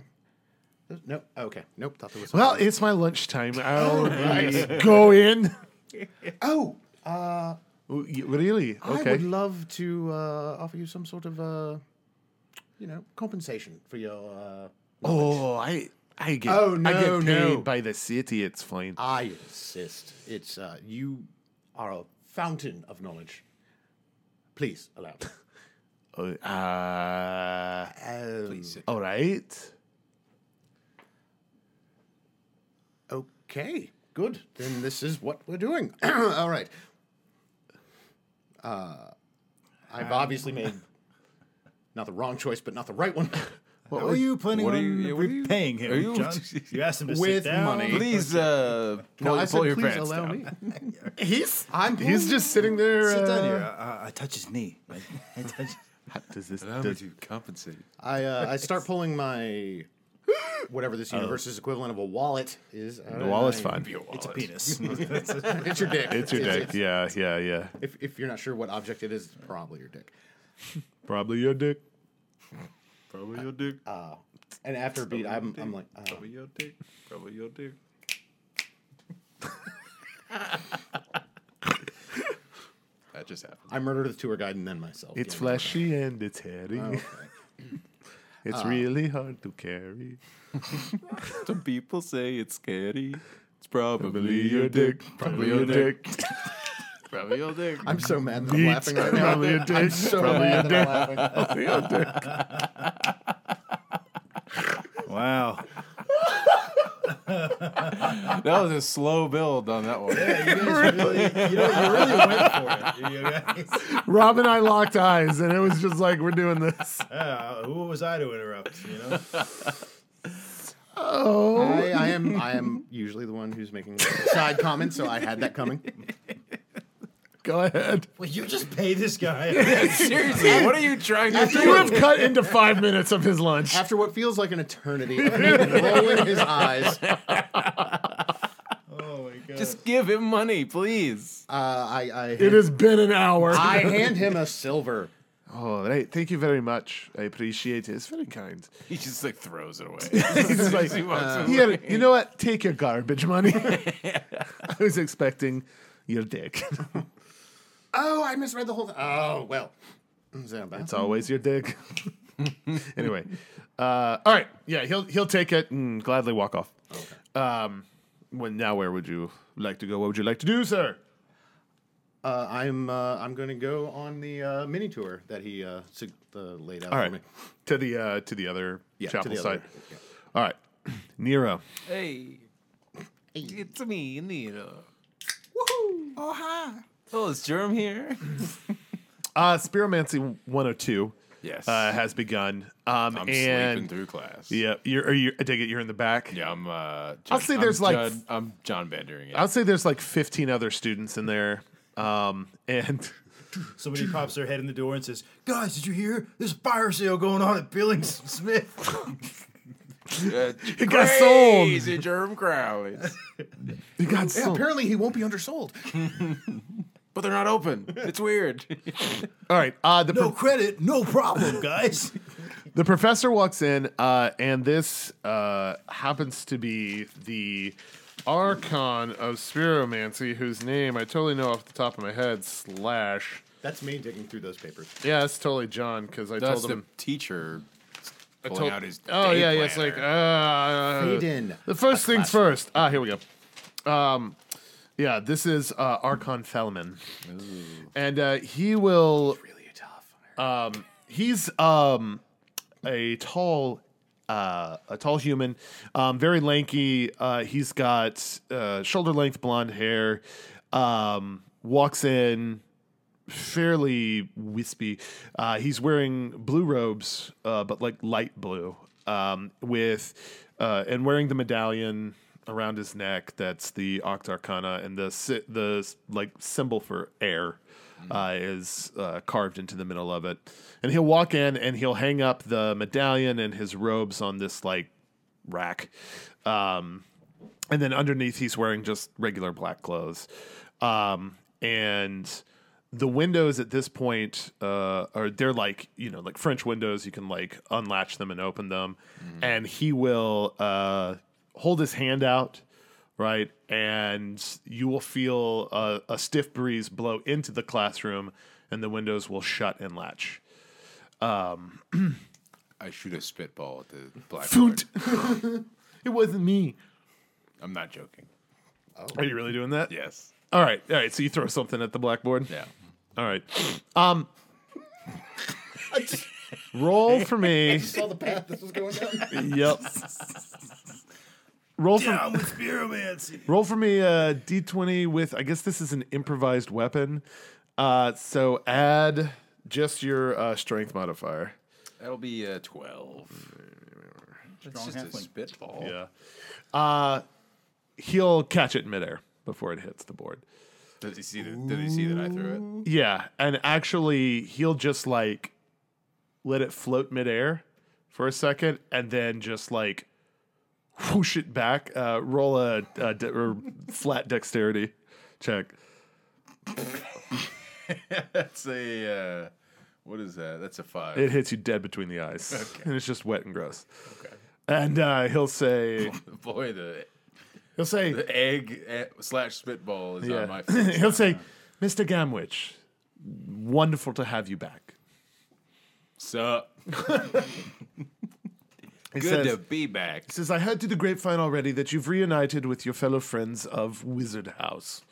E: those, no, okay, nope. Thought there was.
C: Well,
E: something.
C: it's my lunchtime.
E: <laughs>
C: I'll go in.
E: oh, uh,
C: Oh, y- Really?
E: I
C: Okay.
E: would love to uh, offer you some sort of, uh, you know, compensation for your. Uh,
C: oh, I I get
E: Oh,
C: I get
E: no,
C: paid
E: no. Uh,
C: by the city. It's fine.
E: I insist. It's uh, you are a fountain of knowledge. Please allow. me. <laughs>
C: Oh, uh,
E: Um,
C: all right.
E: Okay, good. Then this is what we're doing. <clears throat> All right. Uh,
C: Um,
E: I've obviously made not the wrong choice, but not the right
C: <laughs>
E: one.
A: What were you planning
G: what are
A: on
G: you- what are you-
A: repaying him,
G: are you- <laughs>
A: John? You asked him to
E: <laughs> With
A: sit down.
E: money.
G: Please, uh, pull,
E: I
G: pull
E: said,
G: your
E: please
G: pants
E: allow
G: down.
E: me.
C: He's
E: I'm
C: he's just sitting there.
A: Sit down
C: uh,
A: here. I, I- I touch his knee. I, I touch-
C: How does this?
F: Allow me
C: does-
F: to compensate.
E: I uh,
C: <laughs>
E: I start pulling
C: <gasps>
E: my whatever this universe's equivalent of a wallet is.
C: Oh. the wall is fine.
A: it's a
G: <laughs>
A: penis.
E: It's your dick.
C: <laughs> It's your dick. Yeah, yeah, yeah.
E: If, if you're not sure what object it is, it's probably your dick.
C: Probably your dick.
G: Probably your dick.
E: And after a beat, I'm, I'm like, uh,
G: Probably your dick. Probably your dick.
F: That just happened.
E: I murdered the tour guide and then myself.
C: It's
E: Yeah. Oh.
C: fleshy and it's hairy. <laughs> it's
E: Uh.
C: really hard to carry.
G: Some people say it's scary. It's probably,
C: Probably your dick. Probably your dick.
G: Probably your dick. <laughs>
E: I'm so mad that I'm laughing right now.
C: <laughs> Probably your dick.
E: <laughs> So
C: Probably
E: mad that I'm laughing.
C: your dick.
A: wow.
F: That was a slow build on
G: <laughs>
F: that one.
D: You guys really, you, know, you really went for it. You guys-
C: Rob and I locked eyes, and it was just like we're doing this.
D: <laughs> Uh, who was I to interrupt? You
E: <laughs>
D: know,
C: Oh,
E: I, I am I am usually the one who's making side comments, so I had that coming.
C: go ahead.
D: well, you just pay
G: <laughs>
D: this guy.
G: Seriously, what are you trying to
C: You have cut into five minutes of his lunch.
E: After what feels like an eternity, of him rolling his eyes, uh,
D: oh my god!
G: Just give him money, please.
E: I I
C: It
E: hand,
C: has been an hour. <laughs>
E: I hand him a silver.
C: All Oh, right. Thank you very much. I appreciate it. It's very kind.
G: He just like throws it away. <laughs> As
C: He's
G: soon as
C: like, uh,
G: he walks away.
C: Here, you know what? Take your garbage <laughs> money. I was expecting your dick. <laughs>
E: Oh, I misread the whole thing. Oh well. Is that bad?
C: It's always your dick. <laughs> anyway, uh, all right, yeah, he'll he'll take it and gladly walk off. Um, when now, where would you like to go? What would you like to do, sir?
E: Uh, I'm uh, I'm going to go on the uh, mini tour that he uh, sig- uh, laid out
C: All
E: for
C: right,
E: me.
C: to the uh, to the other
E: Yeah, to
C: chapel
E: the
C: site.
E: other- yeah.
C: All right, <clears throat> Nero.
G: Hey. It's me, Nita. Woohoo! Oh, hi. Oh, is Germ here?
C: Uh, Spiromancy 102
F: Yes.
C: uh, has begun. Um,
F: I'm sleeping
C: and
F: through class.
C: yeah, you're. Are you, I take it you're in the back.
F: Yeah, I'm. Uh, John,
C: say
F: I'm
C: there's, like,
F: John- I'm John Bandering.
C: I'd say there's like 15 other students in there. Um, and <laughs>
G: <clears throat>
D: Somebody pops their head in the door and says, "Guys, did you hear? There's a fire sale going on at Billings Smith."
G: <laughs>
C: <laughs> it got sold.
G: Crazy Germ Crowley.
C: It got
E: Yeah,
C: sold.
E: apparently he won't be undersold.
G: But they're not open. It's
F: <laughs>
G: weird.
C: All right. Uh, the
D: No credit, no problem,
G: <laughs>
D: guys.
C: The professor walks in, uh, and this uh, happens to be the Archon of Spiromancy, whose name I totally know off the top of my head. Slash,
E: That's me digging through those papers.
C: yeah, that's totally John because I
F: That's
C: told
F: the
C: him.
F: teacher
C: I
F: pulling
C: told-
F: out his.
C: oh
F: day
C: yeah, yeah. It's
F: planner.
C: like uh,
E: Fade in.
C: the first things first. Ah, here we go. Um, Yeah, this is uh, Archon Felman, and uh, he will. Really tough. Um, he's um, a tall, uh, a tall human, um, very lanky. Uh, he's got uh, shoulder length blonde hair. Um, walks in, fairly wispy. Uh, he's wearing blue robes, uh, but like light blue, um, with uh, and wearing the medallion around his neck. That's the Octarcana, and the sy- the s- like symbol for air uh, is uh, carved into the middle of it. And he'll walk in and he'll hang up the medallion and his robes on this like rack. Um, and then underneath he's wearing just regular black clothes um and the windows at this point uh are they're like you know like french windows you can like unlatch them and open them and he will uh hold his hand out right and you will feel a, a stiff breeze blow into the classroom and the windows will shut and latch
F: I shoot a spitball at the blackboard.
C: Foot. <laughs> it wasn't me
F: I'm not joking.
C: are you really doing that
F: Yes.
C: all right all right so you throw something at the blackboard
F: Yeah.
C: All right. Um, roll for me.
E: Saw the path this was going down.
C: Yep. Roll for
D: with spiromancy.
C: roll for me a d twenty with I guess this is an improvised weapon. Uh, so add just your uh, strength modifier.
F: That'll be uh, a 12. It's
D: Strong
F: just a
D: halfling.
F: spitball.
C: Yeah. Uh, he'll catch it midair before it hits the board.
F: Does he see that? Did he see that I threw
C: Yeah, and actually, he'll just like let it float midair for a second, and then just like whoosh it back. Uh, roll a, a de- or flat dexterity check.
F: it? That's a uh, what is that? That's a five.
C: It hits you dead between the eyes, and it's just wet and gross. And uh, he'll say,
F: <laughs> Boy, the
C: he'll say,
F: the egg eh, slash spitball is
C: <laughs>
F: on my
C: yeah,
F: face.
C: he'll say, Mister Gamwich, wonderful to have you back.
F: Sup?
C: He
F: Good
C: says-
F: to be back.
C: He says, I heard through the grapevine already that you've reunited with your fellow friends of Wizard House.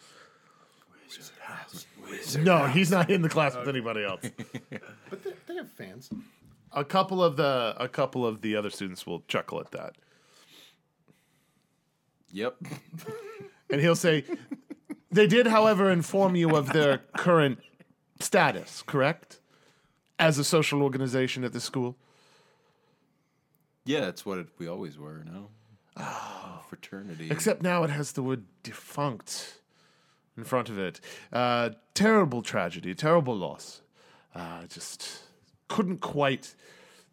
C: Wizard House. Wizard no, he's not in the class with anybody else.
E: But they, they have fans.
C: a couple of the a couple of the other students will chuckle at that.
F: Yep.
C: And he'll say they did, however, inform you of their current status, correct? As a social organization at the school.
F: Yeah, that's what it, we always were. No. Oh. Fraternity.
C: Except now it has the word defunct in front of it. Uh, terrible tragedy, terrible loss. Uh, just couldn't quite.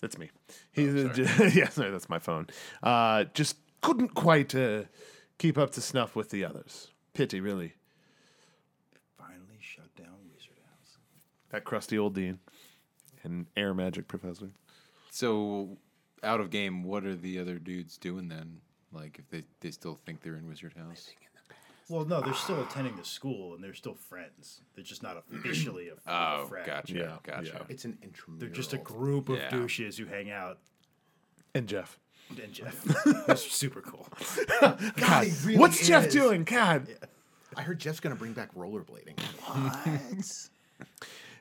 C: That's me. He,
E: Oh,
C: <laughs> yeah, no, that's my phone. Uh, just couldn't quite uh, keep up to snuff with the others. Pity, really.
D: Finally shut down Wizard House.
C: That crusty old dean and air magic professor.
F: So, out of game, what are the other dudes doing then? Like, if they, they still think they're in Wizard House?
D: Well, no, they're still attending the school and they're still friends. They're just not officially a, a
F: Oh,
D: friend.
F: gotcha.
C: Yeah,
F: Gotcha.
E: It's an intramural.
D: They're just a group of
F: Yeah.
D: douches who hang out.
C: And Jeff.
D: And
E: <laughs>
D: Jeff, that's super cool.
E: God, he really
C: What's Jeff
E: is.
C: doing? God.
E: I heard Jeff's gonna bring back rollerblading.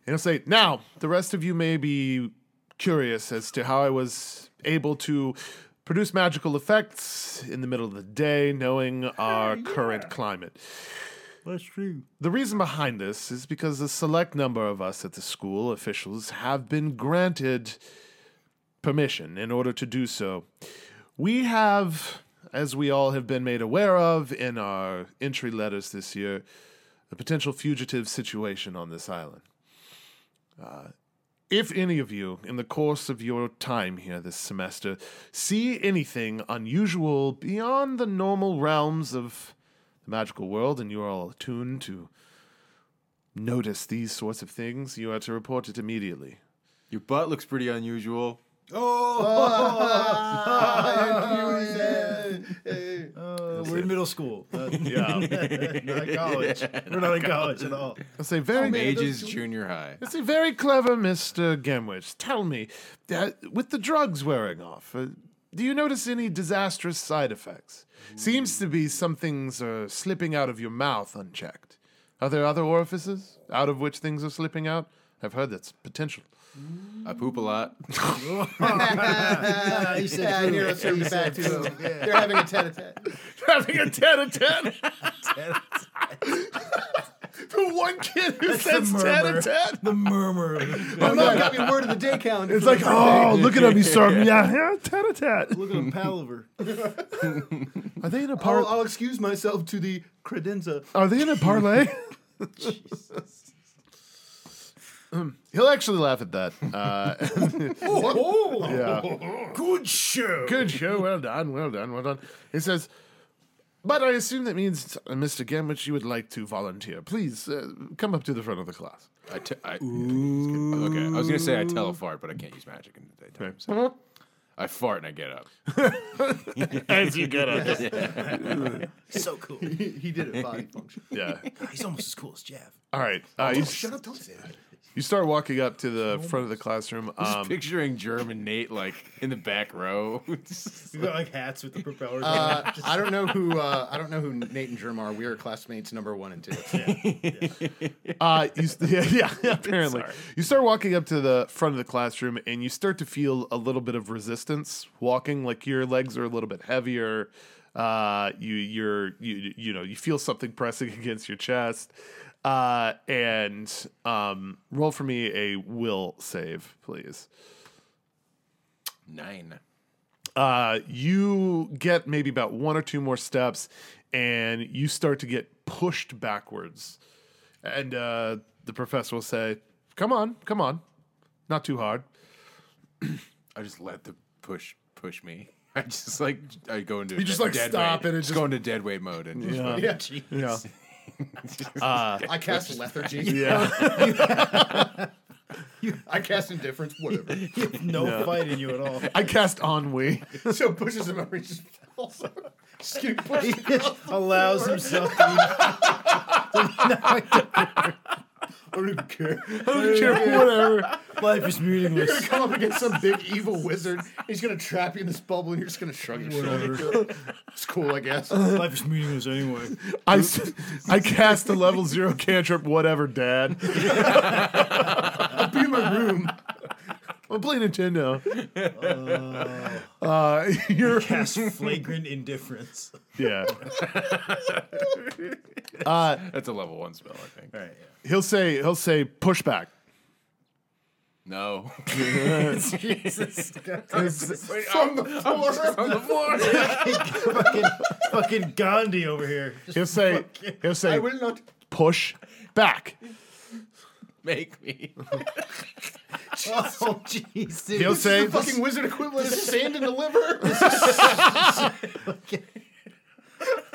C: And I'll say, now, the rest of you may be curious as to how I was able to produce magical effects in the middle of the day, knowing our current climate.
D: That's true.
C: The reason behind this is because a select number of us at the school officials have been granted permission in order to do so. We have, as we all have been made aware of in our entry letters this year, a potential fugitive situation on this island. Uh, If any of you, in the course of your time here this semester, see anything unusual beyond the normal realms of the magical world, and you are all attuned to notice these sorts of things, you are to report it immediately.
F: Your butt looks pretty unusual.
D: we're in middle school, uh,
C: Yeah.
D: <laughs> not in college. We're not in college at all.
C: I'll say very
F: Mages Junior High.
C: I'll say very clever, Mr. Gemwich. Tell me, uh, with the drugs wearing off, uh, Do you notice any disastrous side effects? Seems to be some things are slipping out of your mouth unchecked. Are there other orifices out of which things are slipping out? I've heard that's potential.
F: I poop a lot.
E: <laughs>
D: you
E: Yeah,
D: said
E: and you're in the back too. <laughs> They're having a tete-a-tete.
C: <laughs> Having a tete-a-tete. <laughs> the one kid who says
D: murmur.
C: tete-a-tete.
D: the murmur. of- <laughs>
E: I'm not got your word of the day count.
C: It's like, oh, look at him, you sir. Yeah, yeah, tete-a-tete.
D: Look at
E: um,
D: him, Palaver.
C: Are they in a
E: I'll,
C: par?
E: I'll excuse myself to the credenza.
C: Are they in a <laughs> parlay? Um, He'll actually laugh at that. Uh, <laughs> yeah.
D: Oh, Good show.
C: <laughs> Good show. Well done. Well done. Well done. He says, but I assume that means, uh, Mr. Gambich, you would like to volunteer. Please uh, come up to the front of the class.
F: I te- I- okay, I was gonna say I tell a fart, but I can't use magic in the daytime. So I fart and I get up.
C: As you <laughs> get up.
D: So
E: <laughs>
D: cool.
E: <laughs> He, he did it body function.
C: Yeah.
D: He's almost as cool as Jeff.
C: All right. Uh, you,
E: Shut up! Oh, Don't say that.
C: you start walking up to the front of the classroom. Um,
F: Picturing Germ and Nate like in the back row.
D: You got like hats with the propellers.
E: Uh, I don't know who uh, I don't know who Nate and Germ are. We are classmates number one and two.
C: Uh, you, st- <laughs> yeah, yeah, apparently. You start walking up to the front of the classroom and you start to feel a little bit of resistance walking. Like your legs are a little bit heavier. Uh, you, you're, you, you know, you feel something pressing <laughs> against your chest. Uh, and um, roll for me a will save, please.
F: Nine.
C: Uh, you get maybe about one or two more steps and you start to get pushed backwards. And uh, the professor will say, Come on, come on. Not too hard.
F: I just let the push push me. <laughs> I just like I go into
C: You just, like, stop
F: weight.
C: and it
F: just go into dead weight mode and just
C: Yeah.
E: Yeah.
C: Yeah.
E: I cast lethargy.
C: Yeah.
E: I cast indifference. Whatever.
D: no fight in you at
E: <laughs>
D: all.
C: I cast ennui.
E: so pushes him over. He just falls. over. Just getting pushed.
D: He just <laughs> allows himself to
E: I don't care.
C: Whatever.
D: be, life is
E: You're
D: meaningless.
E: gonna come up against some big evil wizard. He's gonna trap you in this bubble, and you're just gonna shrug your shoulders. It's cool, I
C: <laughs>
E: guess.
D: Life is meaningless anyway.
C: I, s- I cast a level zero cantrip, whatever, dad.
E: Be in my room.
C: I'm playing Nintendo. Uh, <laughs>
D: <laughs>
C: you're
D: Cast flagrant indifference.
C: yeah. Uh,
F: that's a level one spell, I think.
D: All right, yeah.
C: He'll say he'll say pushback.
F: No. <laughs>
E: From the floor.
C: <laughs>
D: fucking, fucking Gandhi over here.
C: He'll say he'll
E: I
C: say
E: will not.
C: push back.
F: Make me.
D: oh, Jesus.
C: He'll
E: This
C: say
E: is the fucking wizard equivalent of sand in the liver.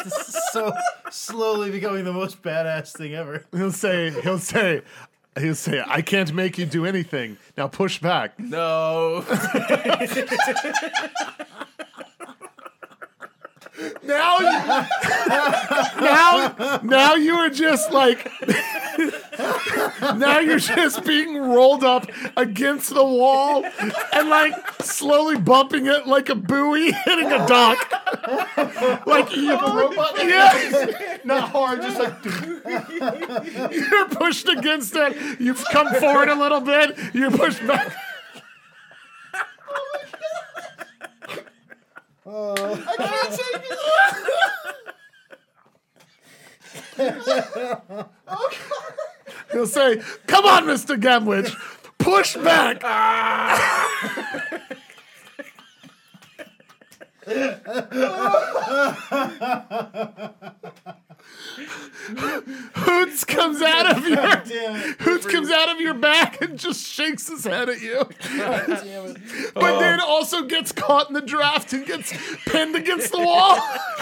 D: This is so slowly becoming the most badass thing ever.
C: He'll say, he'll say, he'll say, I can't make you do anything. Now push back.
F: No. <laughs>
C: Now you, now, now you are just like, now you're just being rolled up against the wall and like slowly bumping it like a buoy hitting a dock. like you, yes.
E: Not hard, just like
C: You're pushed against it. You've come forward a little bit. You're pushed back. He'll say, "Come on, Mister Gamwich, push back." Hoots comes out of your
D: Damn it.
C: Hoots comes out of your back and just shakes his head at you.
F: Oh.
C: But then also gets caught in the draft and gets pinned against the wall.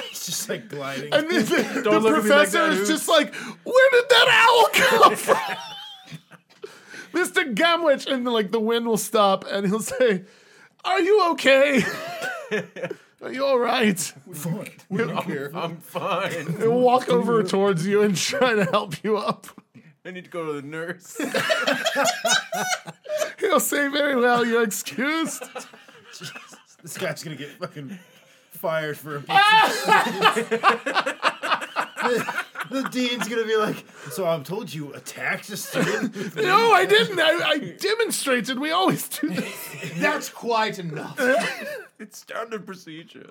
D: It's just like gliding.
C: And then the,
F: Don't
C: the
F: look at me like
C: professor
F: that,
C: is
F: Hoots.
C: just like, where did that owl come from? <laughs> Mr. Gamwich, and then, like the wind will stop and he'll say, Are you
F: <laughs>
C: okay? Are you all right?
F: I'm fine.
C: He'll walk over towards you and try to help you up.
F: I need to go to
C: <laughs>
F: the nurse.
C: He'll say, Very well, you're excused.
D: This guy's gonna get fucking fired
C: <laughs>
D: for a <laughs> the, the dean's gonna be like, so I'm told you attacked a
C: <laughs>
D: student.
C: No, I didn't. I, I demonstrated. We always do this.
E: That's quite enough.
G: It's standard procedure.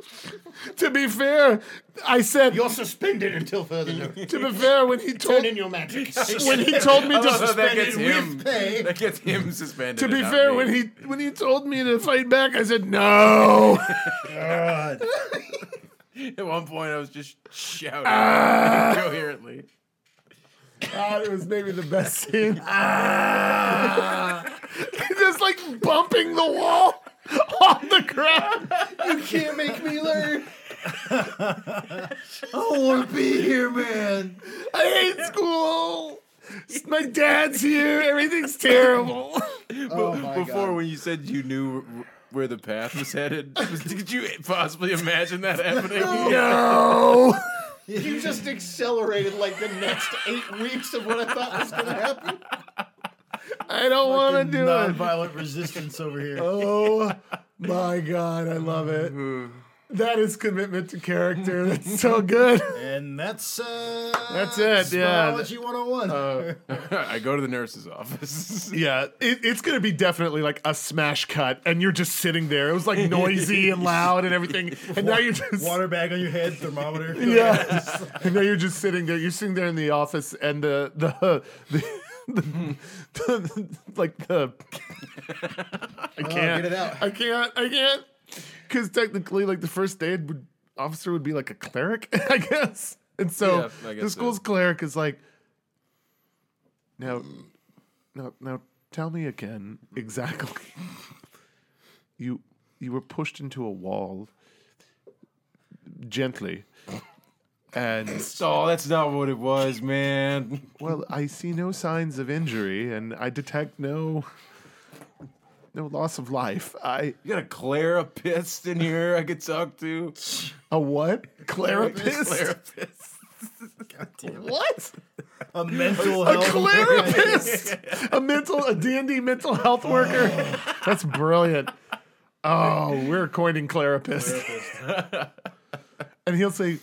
C: to be fair, I said.
E: You're suspended until further
C: <laughs>
E: notice.
C: to be fair, when he told
E: Turn in your magic.
C: when he told me to
G: Oh, that
C: suspend
G: gets
C: it,
G: him.
E: pay.
F: <laughs>
G: That gets him suspended.
C: to be
G: and not
C: fair,
G: me.
C: when he when he told me to fight back, I said no.
D: God.
G: at one point I was just shouting
C: Ah.
G: coherently.
C: God, it was maybe the best <laughs> scene. Ah. <laughs> Just like bumping the wall <laughs> on the ground.
E: You can't make me learn.
C: <laughs>
D: I want to be here, man.
C: I hate school. My dad's here. Everything's <laughs> terrible.
G: Before, when you said you knew wh- where the path was
F: <laughs>
G: headed, did you possibly imagine that happening?
C: <laughs> No.
E: You just accelerated like the next eight weeks of what I thought was going to happen.
C: I don't want to do it.
D: Nonviolent resistance over here.
C: Oh my god, I love it. That is commitment to character. That's <laughs> so good.
D: And that's uh, oh
C: That's it, yeah. Uh,
D: Biology 101.
G: <laughs> I go to the nurse's office.
C: Yeah, it, it's gonna be definitely like a smash cut, and you're just sitting there. It was like noisy
E: <laughs>
C: and loud and everything, and now you're just
D: Water bag on your head, thermometer.
C: <laughs> yeah, <laughs> and now you're just sitting there. You're sitting there in the office, and the the. <laughs> the the, the- like the <laughs> I can't
E: Oh, get it out.
C: I can't I can't because technically like the first aid would, officer would be like a cleric <laughs> I guess and so
G: Yeah, I guess
C: the
G: so.
C: school's cleric is like now now now tell me again exactly <laughs> you you were pushed into a wall gently and
G: <laughs> Oh, that's not what it was, man.
C: well, I see no signs of injury, and I detect no no loss of life. I
G: You got a clarapist in here I could talk to.
C: a what? Clarapist?
G: Clarapist.
C: What?
D: A mental
C: A
D: health.
C: clarapist? A mental a D&D mental health worker? That's brilliant. Oh, we're coining clarapist. and he'll say,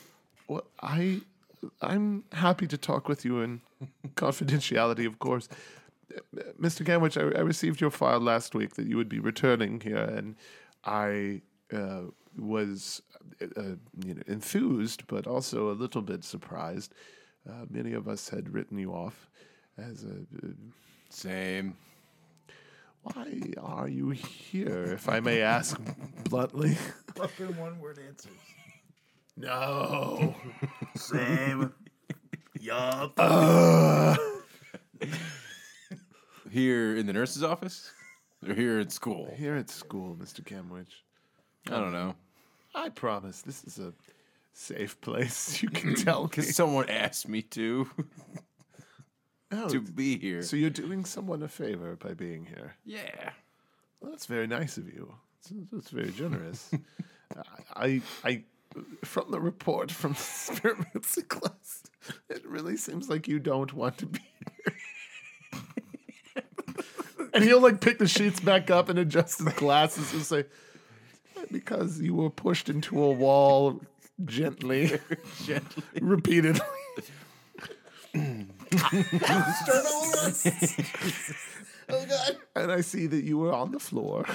C: "Well, I I'm happy to talk with you in confidentiality, of course." Mr. Ganwich, I, I received your file last week that you would be returning here, and I uh, was, uh, you know, enthused but also a little bit surprised. Uh, many of us had written you off as a. Uh,
G: Same.
C: why are you here, if I may ask <laughs> bluntly?
D: Fucking one word answers.
C: No.
D: Same. <laughs> yup.
G: Here in the nurse's office? Or here at school?
C: <laughs> Here at school, Mr. Gamwich.
G: I don't know.
C: I promise this is a safe place. You can tell. me.
G: Because <laughs> someone Oh, asked me to
C: No,
G: to be here.
C: Oh, So you're doing someone a favor by being here.
G: yeah.
C: Well, that's very nice of you. That's, that's very generous. I, I, I, from the report from <laughs> the experimental class, it really seems like you don't want to be here. <laughs> and he'll like pick the sheets back up and adjust his glasses and say, because you were pushed into a wall gently, repeatedly. and I see that you were on
D: <laughs>
C: the floor.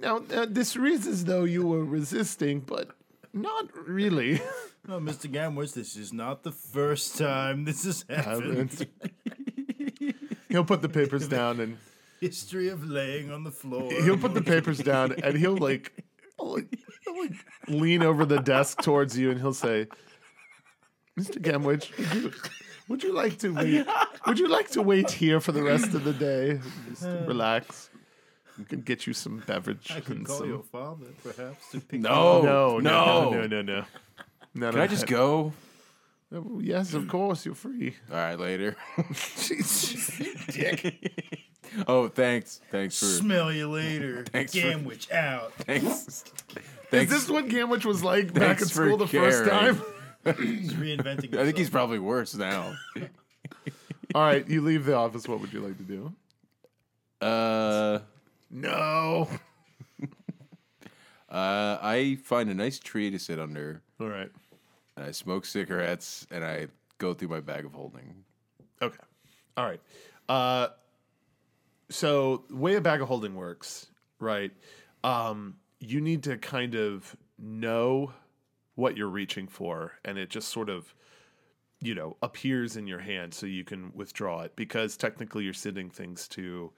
C: now, now, this reads as though you were resisting, but not really.
D: No, Mr. Gamwitz, this is not the first time this has happened.
C: he'll put the papers down and
D: History of laying on the floor.
C: he'll put the papers down and he'll like, he'll, like, he'll, like, lean over the desk towards you and he'll say, "Mr. Gamwich, would you, would you like to wait? Would you like to wait here for the rest of the day? Just to relax. We can get you some beverage
D: I could
C: and
D: call
C: some-
D: your father, perhaps, to <laughs> pick
G: No.
C: no, no,
G: No.
C: Oh, no, no, no. no
G: Can I just go?
C: go? Yes, of course. You're free. <laughs>
G: All right, later. <laughs> dick. oh, thanks. Thanks for.
D: Smell you later.
G: Thanks for-
D: Gamwich out.
G: <laughs> Thanks.
C: Is
G: Thanks.
C: this what Gamwich was like back
G: Thanks
C: at
G: for
C: school the first
G: caring.
C: time?
D: He's
F: <laughs>
D: reinventing
G: I think he's
D: himself.
G: probably worse <laughs> now.
C: <laughs> All right, you leave the office. What would you like to do?
G: Uh,
C: No.
F: Uh, I find a nice tree to sit under,
C: All right.
F: and I smoke cigarettes, and I go through my bag of holding.
C: Okay. All right. Uh, so the way a bag of holding works, right? Um, you need to kind of know what you're reaching for, and it just sort of, you know, appears in your hand so you can withdraw it because technically you're sending things to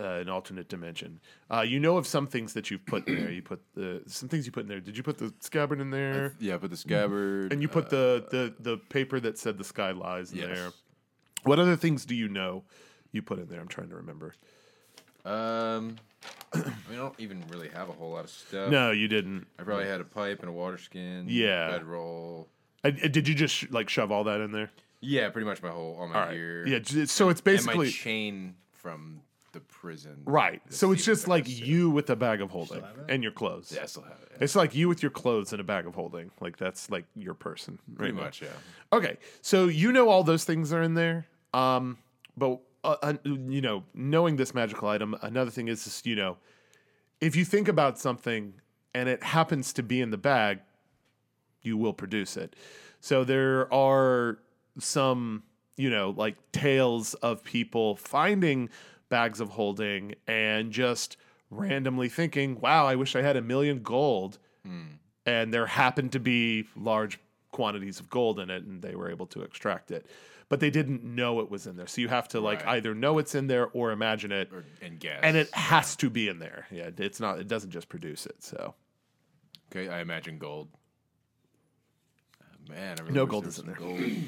C: uh, an alternate dimension. Uh, you know of some things that you've put there. You put the some things you put in there. Did you put the scabbard in there?
F: Yeah, but the scabbard.
C: Mm. And you put
F: uh,
C: the, the the paper that said the sky lies in
F: yes.
C: there. What other things do you know you put in there? I'm trying to remember.
F: Um, <clears throat> I mean, I don't even really have a whole lot of stuff.
C: No, you didn't.
F: I probably had a pipe and a water skin.
C: Yeah.
F: Bedroll.
C: I, I- did you just like shove all that in there?
F: Yeah, pretty much my whole all my
C: All right.
F: gear.
C: Yeah. j- So it's
F: and
C: basically
F: my chain from the prison.
C: right.
F: that
C: So it's
F: Steven
C: just like
F: took us to.
C: you with a bag of holding and your clothes.
F: Yeah, I still have it. yeah.
C: It's like you with your clothes and a bag of holding. Like that's like your person. Right
F: Pretty
C: now.
F: much, yeah.
C: Okay, so you know all those things are in there, um, but uh, uh, you know, knowing this magical item, another thing is just you know, if you think about something and it happens to be in the bag, you will produce it. So there are some, you know, like tales of people finding bags of holding and just randomly thinking, "Wow, I wish I had a million gold."
F: Hmm.
C: and there happened to be large quantities of gold in it and they were able to extract it but they didn't know it was in there so you have to like
F: Right.
C: either know it's in there or imagine it
F: Or, and gas.
C: and it has to be in there yeah it's not it doesn't just produce it so
F: Okay, I imagine gold. Uh, man, I really
C: No
F: wish
C: gold
F: there
C: is
F: was
C: in
F: some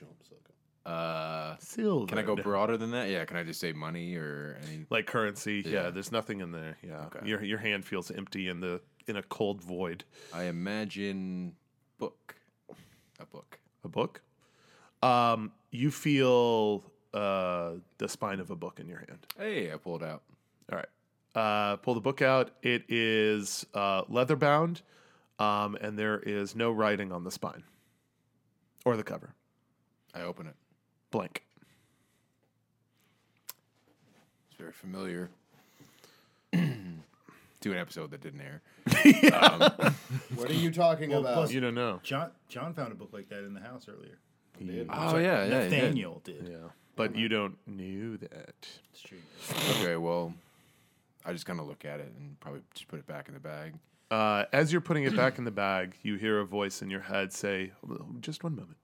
F: Gold. uh,
C: silver
F: can I go broader than that? Yeah, can I just say money or any?
C: like currency yeah.
F: Yeah.
C: there's nothing in there yeah
F: Okay.
C: your your hand feels empty in the in a cold void
F: I imagine book, a book.
C: a book um you feel uh the spine of a book in your hand
F: Hey, I pulled out.
C: All right. Uh, pull the book out. It is uh, leather bound, um, and there is no writing on the spine or the cover.
F: I open it.
C: Blank.
F: It's very familiar. <clears throat> to an episode that didn't air.
E: What are you talking about?
D: plus- You
C: don't know.
D: John John found a book like that in the house earlier.
F: Oh yeah, yeah, it did.
D: Nathaniel did.
C: Yeah. But you don't knew that.
D: It's true.
F: Okay, well, I just kind of look at it and probably just put it back in the bag.
C: Uh, as you're putting it back in the bag, you hear a voice in your head say, "Just one moment."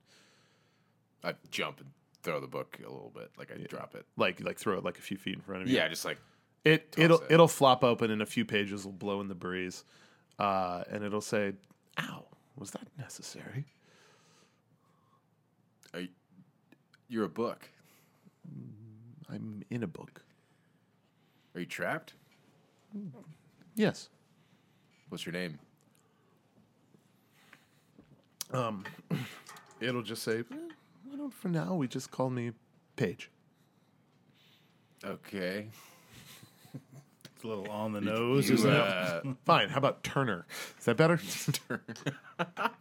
F: I jump and throw the book a little bit, like I drop it.
C: Like, like throw it like a few feet in front of you.
F: Yeah, just like
C: It
F: Toss
C: it'll
F: it.
C: it. will it will flop open in a few pages. Will blow in the breeze, uh, and it'll say, "Ow, was that necessary?"
F: are you, you're a book.
C: I'm in a book.
F: Are you trapped?
C: Yes.
F: What's your name?
C: It'll just say, "Eh, why don't for now we just call me Paige.
F: Okay.
D: It's a little on the nose,
F: You,
D: isn't it?
F: uh,
C: Fine. How about Turner? Is that better? <laughs>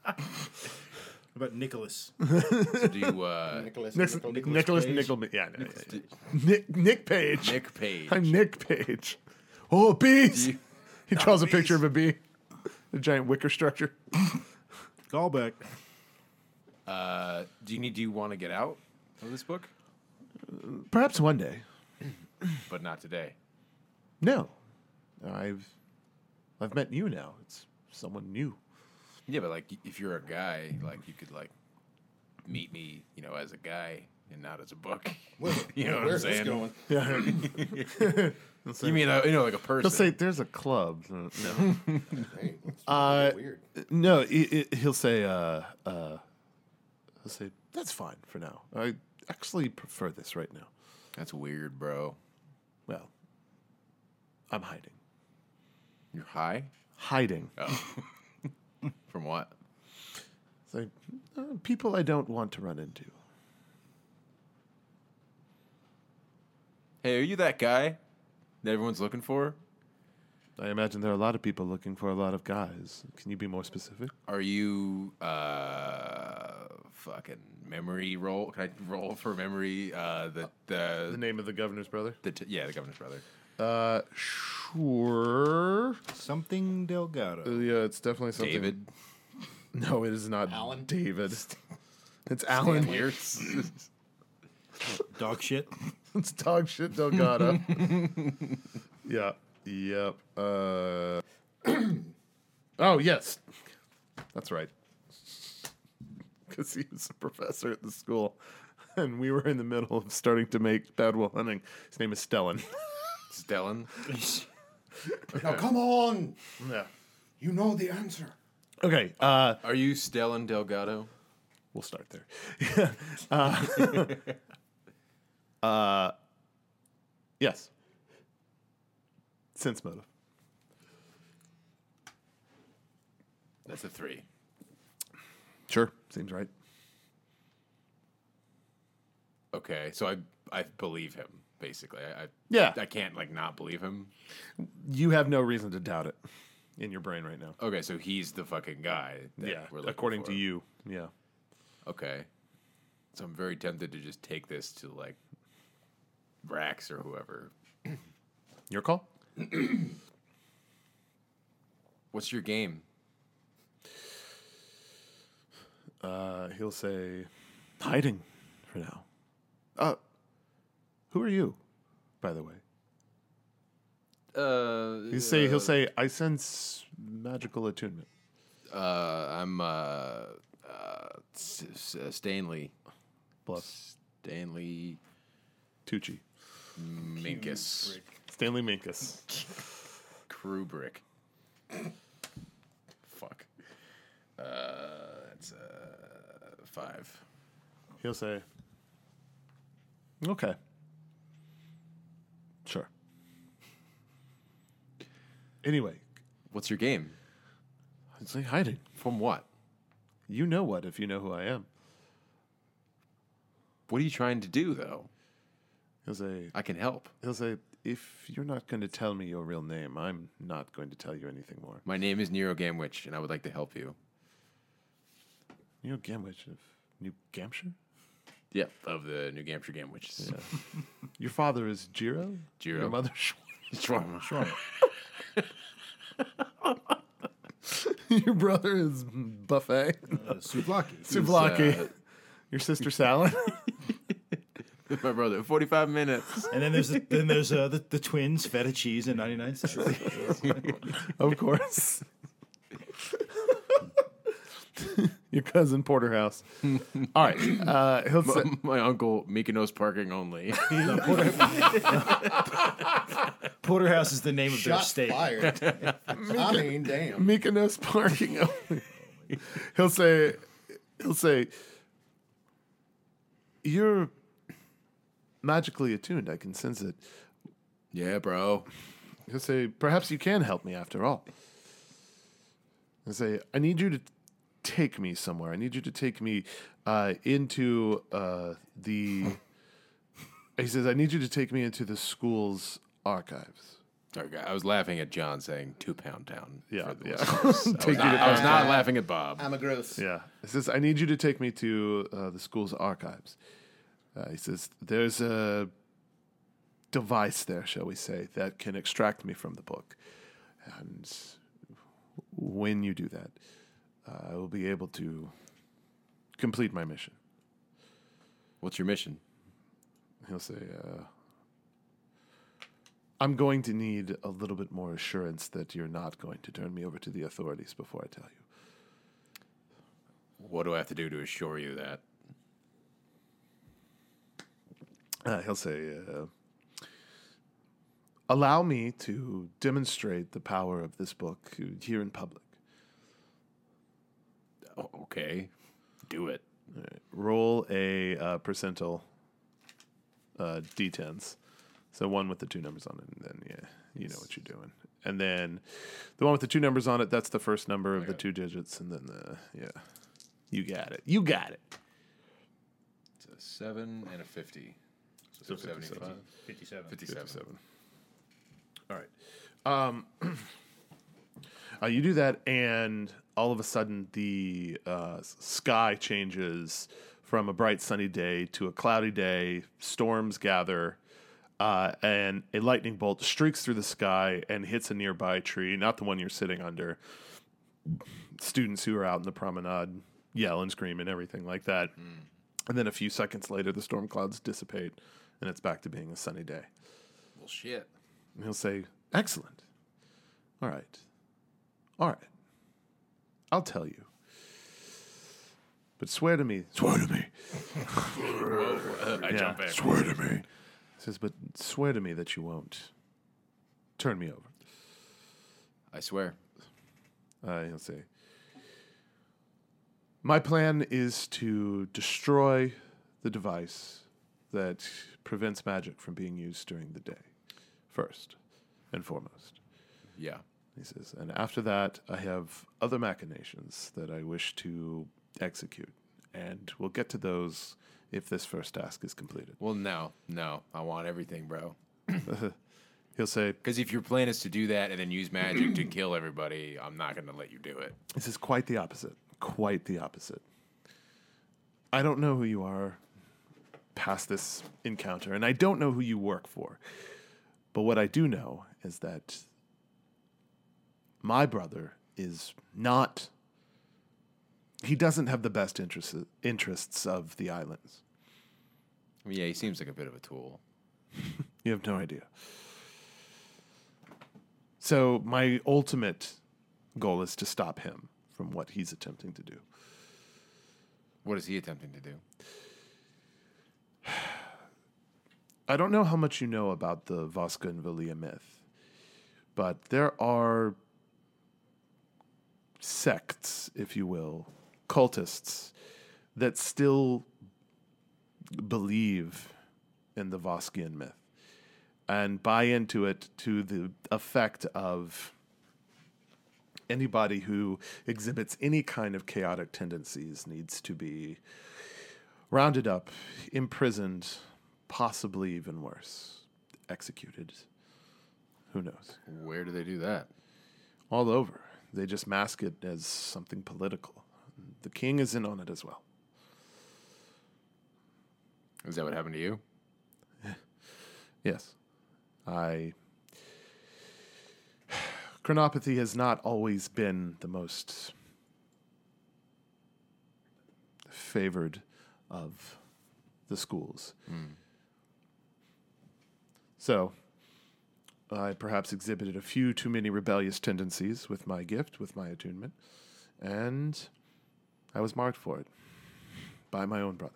D: What about Nicholas?
F: so do you, uh,
E: Nicholas,
C: Nicholas
E: Nichol-
C: Nicholas,
D: Page?
C: Nickelman. Yeah, no, yeah, yeah. Nick, Nick Page.
F: Nick Page?
C: I'm Nick Page. Oh, bees.
F: You-
C: he draws a picture of a bee, a giant wicker structure.
D: Call back.
F: Uh, do you need? Do you want to get out of this book?
C: Perhaps one day.
F: But not today.
C: No, I've I've met you now. It's someone new.
F: Yeah, but like y- if you're a guy, like you could like meet me, you know, as a guy and not as a book. <laughs> you know
E: Where
F: what I'm
E: is this
F: saying?
E: going?
C: Yeah.
F: You mean uh, you know like a person?
C: <laughs> He'll say there's a club. <laughs> No.
E: Hey, that's
C: Uh,
E: weird.
C: No, i i he'll say, uh, uh, he'll say, that's fine for now. I actually prefer this right now.
F: That's weird, bro.
C: Well, I'm hiding.
F: You're high Oh.
C: Hiding.
F: <laughs> from what?
C: It's like, uh, people I don't want to run into.
F: Hey, are you that guy that everyone's looking for?
C: I imagine there are a lot of people looking for a lot of guys. Can you be more specific?
F: Are you uh fucking memory roll? Can I roll for memory? Uh, the the,
C: The name of the governor's brother?
F: the t- yeah, the governor's brother.
C: Uh, sure.
A: Something Delgado.
C: Yeah, it's definitely something.
F: David.
C: No, it is not
E: Alan?
C: David. It's Alan.
A: Dog shit.
C: It's dog shit Delgado. <laughs> yeah. Yep. Uh, <clears throat> oh, yes. That's right. <laughs> Because he was a professor at the school. <laughs> And we were in the middle of starting to make Bad Will Hunting. His name is Stellan. <laughs>
F: Stellan.
E: Now come on,
C: yeah.
E: you know the answer.
C: Okay. Uh,
F: Are you Stellan Delgado?
C: we'll start there. <laughs>
F: <laughs>
C: uh, uh, yes. Sense motive.
F: That's a three.
C: Sure. Seems right.
F: Okay, so I I believe him basically. I, I
C: Yeah.
F: I can't like not believe him.
C: You have no reason to doubt it in your brain right now.
F: Okay, so he's the fucking guy. that
C: yeah,
F: we're looking
C: according
F: for.
C: to you. Yeah.
F: Okay, so I'm very tempted to just take this to like Rax or whoever.
C: Your call?
F: What's your game?
C: Uh, he'll say hiding for now. Uh, who are you, by the way?
F: Uh,
C: He'll say he'll say I sense magical attunement.
F: uh I'm uh, uh S- S- uh, Stanley
C: Bluff.
F: Stanley
C: Tucci.
F: Minkus
C: Stanley Minkus.
F: Kubrick. Fuck. Uh, that's uh five.
C: He'll say Okay. Sure. Anyway,
F: What's your game?
C: I'd say hiding.
F: From what?
C: You know what if you know who I am.
F: What are you trying to do though?
C: He'll say
F: I can help.
C: He'll say, if you're not going to tell me your real name, I'm not going to tell you anything more.
F: My name is Nero Gamwich, and I would like to help you.
C: Neil Gamwich of New Hampshire?
F: Yeah, of the New Hampshire Gamwiches.
C: Your father is Jiro?
F: Jiro.
C: Your mother Schwarm.
F: Shawarma.
C: <laughs> Your brother is Buffet.
D: Uh, Souvlaki.
C: Souvlaki. Your sister <laughs> Salad.
F: <laughs> My brother, forty-five minutes.
D: and then there's the, then there's uh, the, the twins feta cheese and 99 cents.
C: of course. <laughs> Your cousin Porterhouse. All right. Uh, he'll say,
F: <laughs> My uncle, Mykonos parking only.
D: Porterhouse is the name of their
E: Shot
D: state.
E: <laughs> fired. I mean, damn.
C: Mykonos parking only. he'll say, he'll say, you're magically attuned. I can sense it.
F: <laughs> yeah, bro.
C: He'll say, perhaps you can help me after all. He'll say, I need you to take me somewhere. I need you to take me uh, into uh, the. <laughs> he says, I need you to take me into the school's archives.
F: Sorry, guy. I was laughing at John saying two pound town.
C: Yeah,
F: for the
C: yeah. <laughs>
F: listeners.
C: take you to
F: I was not laughing at Bob.
E: I'm a gross.
C: Yeah. He says, I need you to take me to uh, the school's archives. Uh, he says, There's a device there, shall we say, that can extract me from the book. And when you do that, uh, I will be able to complete my mission.
F: What's your mission?
C: He'll say, uh, I'm going to need a little bit more assurance that you're not going to turn me over to the authorities before I tell you.
F: What do I have to do to assure you that?
C: uh, he'll say, uh, Allow me to demonstrate the power of this book here in public.
F: Oh, okay, do it.
C: Roll a uh, percentile uh, d10s. So one with the two numbers on it, and then, yeah, you know what you're doing. And then the one with the two numbers on it, that's the first number of the two digits, and then the, yeah. You got it. You got it.
F: It's a seven and a fifty. So, 75.
D: 57.
F: 57.
C: All right. Uh, you do that, and all of a sudden, the uh, s- sky changes from a bright sunny day to a cloudy day. Storms gather, uh, and a lightning bolt streaks through the sky and hits a nearby tree, not the one you're sitting under. Students who are out in the promenade yell and scream and everything like that. And then a few seconds later, the storm clouds dissipate, and it's back to being a sunny day.
F: Well, shit.
C: And he'll say, Excellent. All right. All right. I'll tell you. But swear to me. Swear to me.
F: <laughs> I jump back.
C: Swear to me. He says, But swear to me that you won't turn me over.
F: I swear.
C: Uh, he'll say, My plan is to destroy the device that prevents magic from being used during the day, first and foremost.
F: Yeah.
C: He says, and after that, I have other machinations that I wish to execute, and we'll get to those if this first task is completed.
F: Well, no, no. I want everything, bro.
C: He'll say,
F: Because if your plan is to do that and then use
C: <clears throat>
F: magic to kill everybody, I'm not going to let you do it.
C: This is quite the opposite. Quite the opposite. I don't know who you are past this encounter, and I don't know who you work for. But what I do know is that my brother is not. He doesn't have the best interests interests of the islands.
F: I mean, yeah, he seems like a bit of a tool.
C: You have no idea. So, my ultimate goal is to stop him from what he's attempting to do.
F: What is he attempting to do?
C: I don't know how much you know about the Vasca and Valia myth, but there are sects, if you will, cultists that still believe in the Voskian myth and buy into it to the effect of anybody who exhibits any kind of chaotic tendencies needs to be rounded up, imprisoned, possibly even worse, executed. Who knows?
F: Where do they do that?
C: All over. They just mask it as something political. The king is in on it as well.
F: Is that what happened to you?
C: Yes. I. <sighs> Chronopathy has not always been the most favored of the schools. So, I perhaps exhibited a few too many rebellious tendencies with my gift, with my attunement, and I was marked for it by my own brother,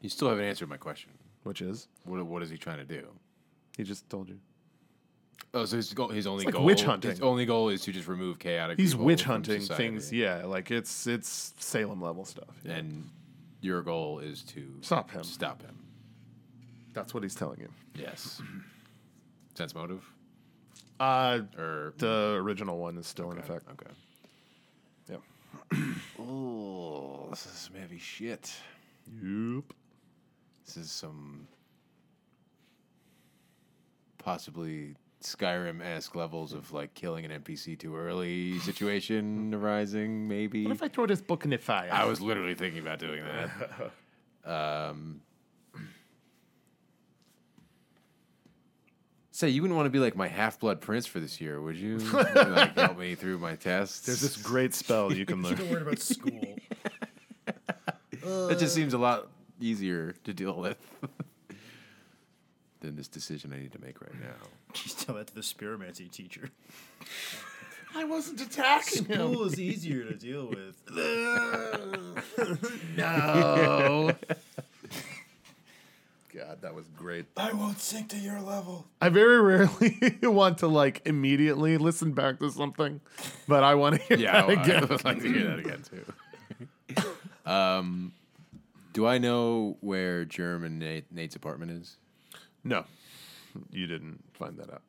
F: You still haven't answered my question.
C: which is,
F: What, what is he trying to do?
C: he just told you.
F: Oh, so his, goal, his only
C: like
F: goal,
C: witch hunting.
F: His only goal is to just remove chaotic.
C: He's
F: people
C: witch
F: from
C: hunting
F: society.
C: things, yeah. Like it's it's Salem level stuff. Yeah.
F: And your goal is to
C: Stop him.
F: Stop him.
C: That's what he's telling you. <clears throat>
F: Yes. Sense motive
C: Uh,
F: or
C: the original one is still in
F: okay.
C: effect.
F: Okay.
C: Yep.
F: Oh, this is some heavy shit.
C: Yep.
F: This is some possibly Skyrim esque levels of like killing an NPC too early situation arising, maybe.
C: I throw this book in the fire?
F: I was literally thinking about doing that. <laughs> um, say, you wouldn't want to be like my half blood prince for this year, would <laughs> you? like, help me through my tests.
C: There's this great spell you can learn.
D: Don't worry about school.
F: that just seems a lot easier to deal with <laughs> than this decision I need to make right now.
D: <laughs> Just tell that to the spiromancy teacher.
E: I wasn't attacking
D: School is easier to deal with. <laughs> uh,
C: God, that was great.
D: I won't sink to your level.
C: <laughs> I very rarely <laughs> want to like immediately listen back to something, but I want to hear <laughs>
F: Yeah,
C: that
F: I,
C: again.
F: would <laughs> like to
C: <laughs>
F: hear that again too. <laughs> um, do I know where Germ and Nate, Nate's apartment is?
C: No, you didn't find that out.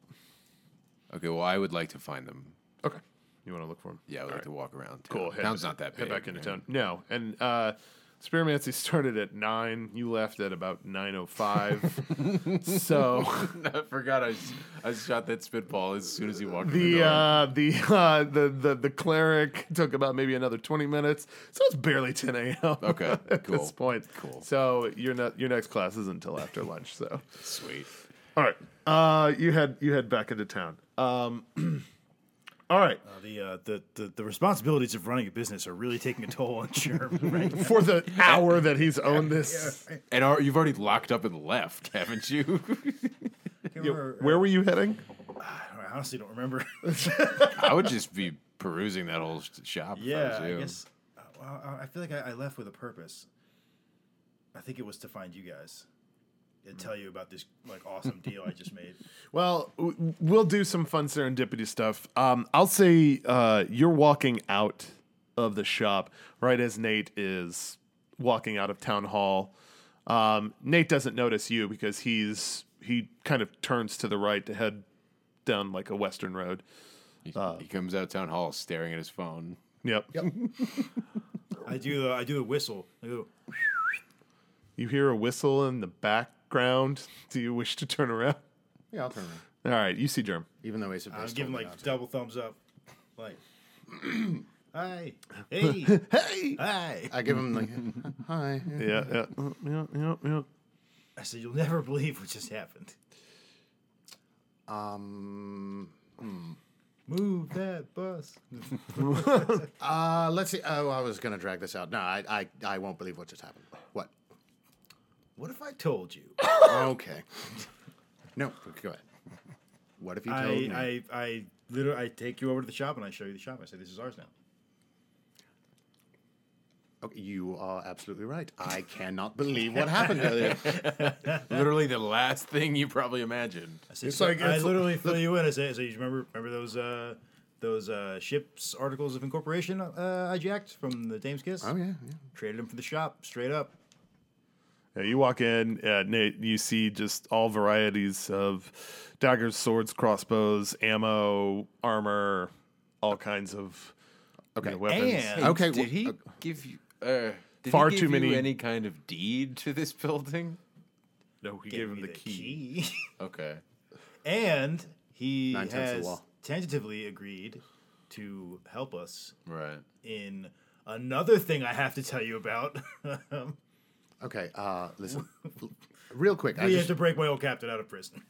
F: Okay, well, I would like to find them.
C: Okay. You want to look for him?
F: Yeah, I
C: All
F: would like
C: right.
F: to walk around. Town.
C: Cool. head-
F: Town's not that big.
C: Head back into
F: right?
C: town. No, and uh, Spearmancy <laughs> started at nine. You left at about nine oh
F: <laughs>
C: five. So
F: I forgot I, s- I shot that spitball as soon as he walked in the,
C: the
F: door.
C: uh, the uh, the the the cleric took about maybe another twenty minutes. So it's barely ten <laughs> a.m.
F: Okay,
C: at
F: cool.
C: this point.
F: Cool.
C: So your ne- your next class isn't until
F: <laughs>
C: after lunch. So
F: Sweet.
C: all right, uh, you head you head back into town. Um, <clears throat> all right.
D: Uh, the, uh, the the the responsibilities of running a business are really taking a toll on Germ. <laughs> Right?
C: for
F: <laughs>
C: the hour that he's owned this.
F: And are, you've already locked up and left, <laughs> haven't you? uh,
C: Where were you heading?
D: I honestly don't remember.
F: I would just be perusing that whole sh- shop.
D: <laughs>
F: if
D: yeah,
F: I, was
D: I
F: you.
D: guess. uh, Well, I- I feel like I, I left with a purpose. I think it was to find you guys and tell you about this like awesome deal I just made.
C: Well, w- we'll do some fun serendipity stuff. Um, I'll say uh, you're walking out of the shop right as Nate is walking out of town hall. Um, Nate doesn't notice you because he's he kind of turns to the right to head down like a western road.
F: He, he comes out town hall staring at his phone.
C: Yep.
D: I do the I do the whistle. I go,
C: You hear a whistle in the background. Do you wish to turn around?
E: Yeah, I'll turn around.
C: All right, you see Germ.
E: Even though Ace of
D: I'm
E: Base
D: giving
E: told me
D: like
E: not
D: double thumbs up, like. Hi. Hey.
C: Hey.
D: Hi.
E: to. I give him like, <laughs> hi. yeah.
C: Yeah, yeah, Mm-hmm. yeah, yeah, yeah.
D: I said, You'll never believe what just happened.
E: Um,
D: Move that bus.
E: uh, let's see. Oh, I was gonna drag this out. No, I, I, I won't believe what just happened. What?
D: What if I told you?
E: okay. No, go ahead. What if you told me?
D: I, I, I literally I take you over to the shop and I show you the shop. I say, This is ours now.
E: Okay, you are absolutely right. I cannot believe what happened
D: <laughs>
E: earlier.
F: <laughs> Literally the last thing you probably imagined.
D: I say, "So I literally fill you in. I say, I say, you remember remember those uh, those uh, ships articles of incorporation uh, I jacked from the Dame's Kiss?
E: Oh yeah, yeah.
D: Traded them for the shop straight up.
C: Yeah, you walk in, uh, Nate, you see just all varieties of daggers, swords, crossbows, ammo, armor, all kinds of you
E: Okay.
C: know, weapons.
D: And
E: Okay,
G: Did he
E: well,
G: give you uh, did
C: Far
G: he
C: too
G: give
C: many-
G: you any kind of deed to this building?
C: no, he
D: gave
C: gave him
D: me
C: the, key.
D: key. <laughs>
F: Okay.
D: and he
E: Nine tenths of the
D: has
E: law.
D: tentatively agreed to help us
F: Right.
D: in another thing I have to tell you about. <laughs> Um,
E: Okay, uh, listen, real quick. I
D: we
E: just,
D: have to break my old captain out of prison.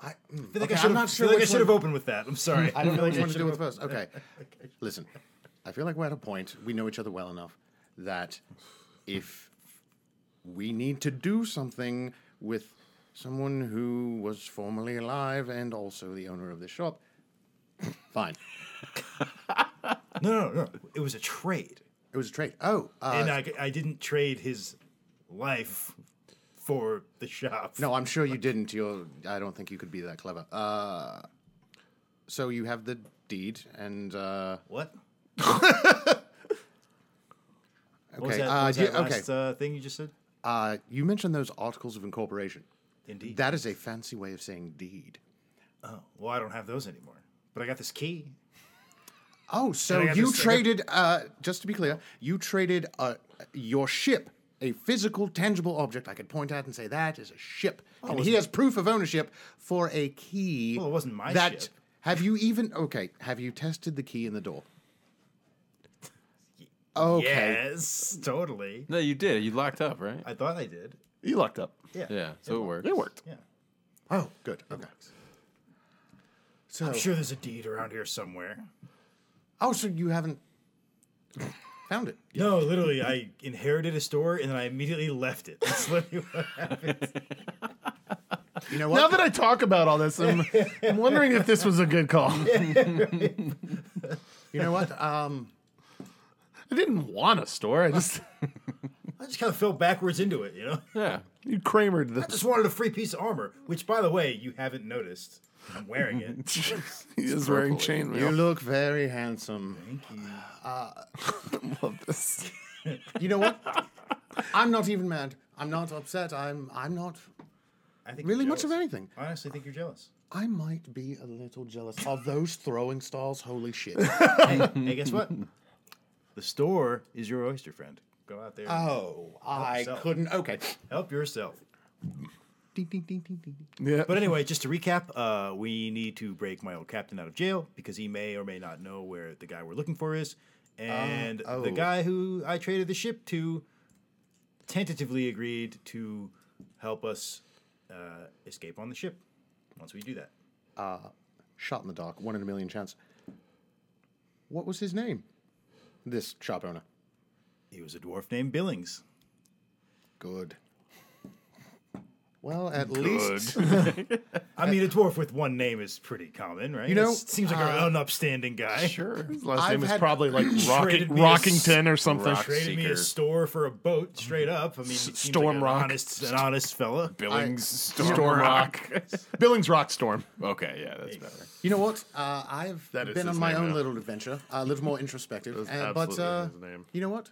E: I, mm,
D: I feel like
E: okay,
D: I should
E: I'm
D: have-
E: not
D: feel
E: sure.
D: like I
E: which
D: should have
E: one-
D: opened with that. I'm sorry. <laughs>
E: I don't
D: Feel
E: know
D: like
E: which one to
D: should
E: do
D: have
E: with first. Okay, listen. I feel like we're at a point. We know each other well enough that if we need to do something with someone who was formerly alive and also the owner of the shop, fine.
D: No, no, no. It was a trade,
E: It was a trade. Oh, uh,
D: and I, I didn't trade his life for the shop.
E: No, I'm sure you didn't. You're. I don't think you could be that clever. Uh, so you have the deed, and uh,
D: What?
E: okay,
D: What was that,
E: uh,
D: what was
E: do you-
D: that
E: okay.
D: last uh, thing you just said?
E: Uh, you mentioned those articles of incorporation.
D: Indeed.
E: That is a fancy way of saying deed.
D: oh, well, I don't have those anymore, but I got this key.
E: Oh, so
D: I have
E: you
D: this- I got-
E: traded. Uh, just to be clear, you traded uh, your ship, a physical, tangible object I could point at and say that is a ship,
D: Oh,
E: and he has proof of ownership for a key.
D: Well, it wasn't my
E: that,
D: ship.
E: Have you even okay? Have you tested the key in the door? Okay.
D: Yes, totally.
G: No, you did. You locked up, right?
D: I thought I did.
C: You locked up.
D: Yeah.
G: yeah, so it worked.
C: It worked.
D: Yeah.
E: Oh, good. Okay. So,
D: I'm sure there's a deed around here somewhere.
E: oh, so you haven't found it?
D: No, literally, I inherited a store and then I immediately left it. That's literally what <laughs>
E: You know
C: Now
E: what?
C: that I talk about all this, I'm, I'm wondering if this was a
D: <laughs>
C: good call. I
E: you know what? Um,
C: didn't want a store. I
F: <laughs>
C: just
D: I just kind of fell backwards into it, you know?
G: Yeah.
C: you Kramered
D: I
C: this.
D: just wanted a free piece of armor, which, by the way, you haven't noticed. I'm wearing it.
C: He is wearing
E: you
C: chainmail.
E: look very handsome. Uh,
D: Thank you.
C: Love this.
E: You know what? I'm not even mad. I'm not upset. I'm I'm not
D: I think
E: really
D: you're
E: much of
D: jealous.
E: anything.
D: I honestly think you're
E: <laughs>
D: jealous.
E: I might be a little jealous of those throwing stars. Holy shit!
D: hey, hey, guess what? The store is your oyster, friend. Go out there. and
E: Oh, I
D: yourself.
E: couldn't. Okay.
D: help yourself.
E: Ding, ding, ding, ding, ding.
C: Yeah.
D: But anyway, just to recap, uh, we need to break my old captain out of jail because he may or may not know where the guy we're looking for is. And
E: Oh,
D: the
E: oh.
D: guy who I traded the ship to tentatively agreed to help us uh, escape on the ship once we do that.
E: Shot in the dark. One in a million chance. What was his name? This shop owner.
D: He was a dwarf named Billings.
E: Good. Well, at least
D: I mean, a dwarf with one name is pretty common, right?
E: You know, uh,
D: It seems like a, an upstanding guy.
E: sure.
C: His last
E: I've
C: name is
E: had-
C: probably like
D: <laughs>
C: Rocket,
D: Traded me a
C: Rockington or something.
F: rock
D: Traded me a
F: seeker.
D: store for a boat, straight up. I mean, he seems like
C: Storm
D: an
C: Rock.
D: honest, an honest fella.
F: Billings Storm,
C: Storm
F: Rock.
C: Rock. Billings Rock Storm.
F: <laughs> Okay, yeah, that's better.
E: You know what? Uh, I've
C: That is
E: been
C: his
E: on my
C: name
E: own
C: now.
E: little adventure. A little more introspective.
C: That's
E: uh, but
C: absolutely
E: uh,
C: his name.
E: you know what?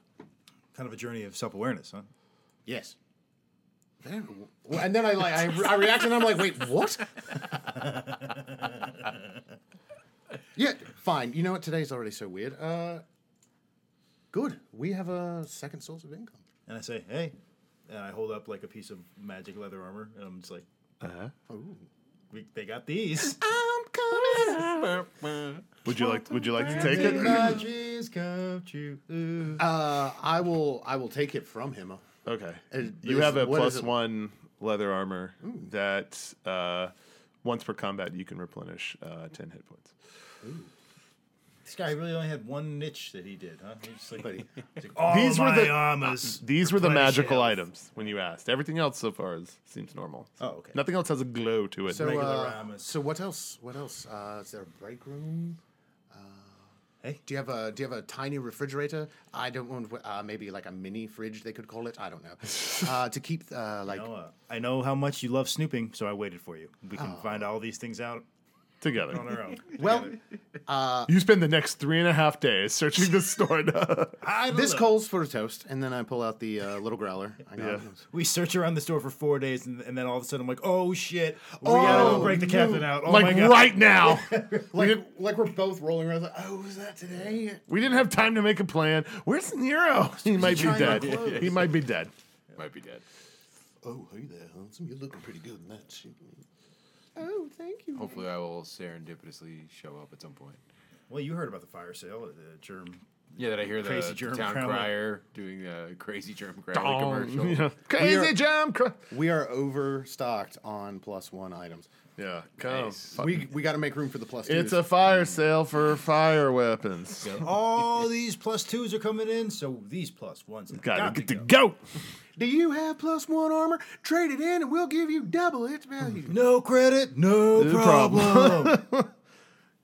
D: Kind of a journey of self awareness, huh?
E: Yes. Very- well, And then I like I, re- I react and I'm like,
C: <laughs>
E: wait, what? yeah, fine. You know what? Today's already so weird. Uh, good. We have a second source of income.
D: And I say, hey. And I hold up like a piece of magic leather armor, and I'm just like, uh-huh. we, they got these.
C: Would you like? Would you like to take it?
D: My dreams come true. Ooh.
E: Uh, I will. I will take it from him.
C: Okay.
E: Is-
C: you
E: is-
C: have a
E: what is
C: plus
E: it?
C: one leather armor that uh, once per combat you can replenish uh, ten hit points.
D: This guy really only had one niche that he did, huh? He's just like, he's like, all
C: These were
D: my
C: the-
D: armors.
C: Uh,
D: <laughs>
C: These were the
D: replenish
C: magical
D: health."
C: items when you asked. Everything else so far is, seems normal.
D: Oh, okay.
C: Nothing else has a glow to it.
E: So,
D: Regular
E: uh,
D: ramen.
E: so what else? What else? Uh, is there a break room? Uh,
D: Hey.
E: do you have a do you have a tiny refrigerator? I don't want uh, maybe like a mini fridge they could call it. I don't know <laughs> uh, to keep uh, like
D: I know, uh, I know how much you love snooping, so I waited for you. We
C: Oh.
D: can find all these things out
C: together.
D: on our
C: <laughs>
D: own.
E: well.
C: You spend the next three and a half days searching the
D: <laughs>
C: store. to-
D: I don't
E: This
D: know.
E: calls for a toast, and then I pull out the uh, little growler. I got
C: Yeah.
D: We search around the store for four days, and, and then all of a sudden I'm like, oh shit, we gotta go break the captain out. Oh my
C: like
D: god.
C: right
D: <laughs>
C: now.
E: like, like we're both rolling around. Like, oh, was that today?
C: we didn't have time to make a plan. Where's Nero? He might be
E: trying to
C: dead.
E: close.
C: He might be dead.
F: Might be dead.
E: Oh, hey there, handsome. You're looking pretty good in that shit. Oh, thank you.
F: Hopefully, I will serendipitously show up at some point.
D: Well, you heard about the fire sale, at the germ.
F: Yeah, that I hear the,
D: Crazy
F: the
D: Germ
F: town
D: Crowley.
F: crier doing a crazy germ crier commercial.
C: <laughs> Yeah. Crazy jump. Cra-
E: We are overstocked on plus one items.
C: yeah. Come.
E: We we got to make room for the plus two.
C: It's a fire sale for fire weapons.
D: All these plus twos are coming in, so these plus ones. have
C: Gotta
D: got
C: get the
D: go.
C: goat.
E: Do you have plus one armor? Trade it in, and we'll give you double its value.
D: No credit, no
C: No problem.
D: problem. <laughs>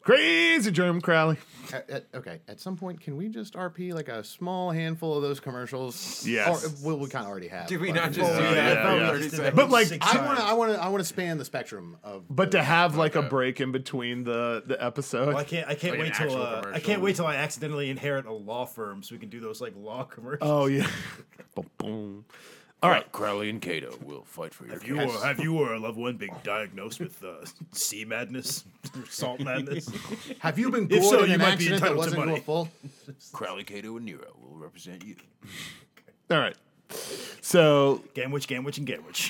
C: Crazy germ Crowley.
E: At- at- okay, at some point, can we just RP like a small handful of those commercials?
C: Yes.
E: Or, well, we kind of already have.
F: Did we
E: but-
D: Oh,
C: <laughs>
F: not just do
C: yeah,
F: that?
C: yeah,
F: for
C: yeah.
F: 30
D: Just
F: seconds?
D: did
C: But, like,
D: six
E: I
D: times.
E: want to. I want to. I want to span the spectrum of.
C: But to have like a
F: Okay.
C: break in between the the episode.
D: Well, I can't. I can't
F: Like an
D: wait till.
F: actual
D: Uh, I can't
F: commercial.
D: wait till I accidentally inherit a law firm, so we can do those like law commercials.
C: <laughs> oh yeah. boom, boom. All right.
F: Crowley and Cato will fight for your
D: Have you uh,
F: case.
D: or have you or a loved one been diagnosed with uh, <laughs> sea madness, <laughs> salt madness?
E: <laughs> Have you been
D: If
E: bored
D: so,
E: in
D: you
E: an
D: might be
E: accident that
D: entitled to
E: wasn't your
D: money. <laughs>
E: fault?
F: Crowley, Cato, and Nero will represent you.
C: All right. So
D: Gamwich, Gamwich, and <laughs> Gamwich.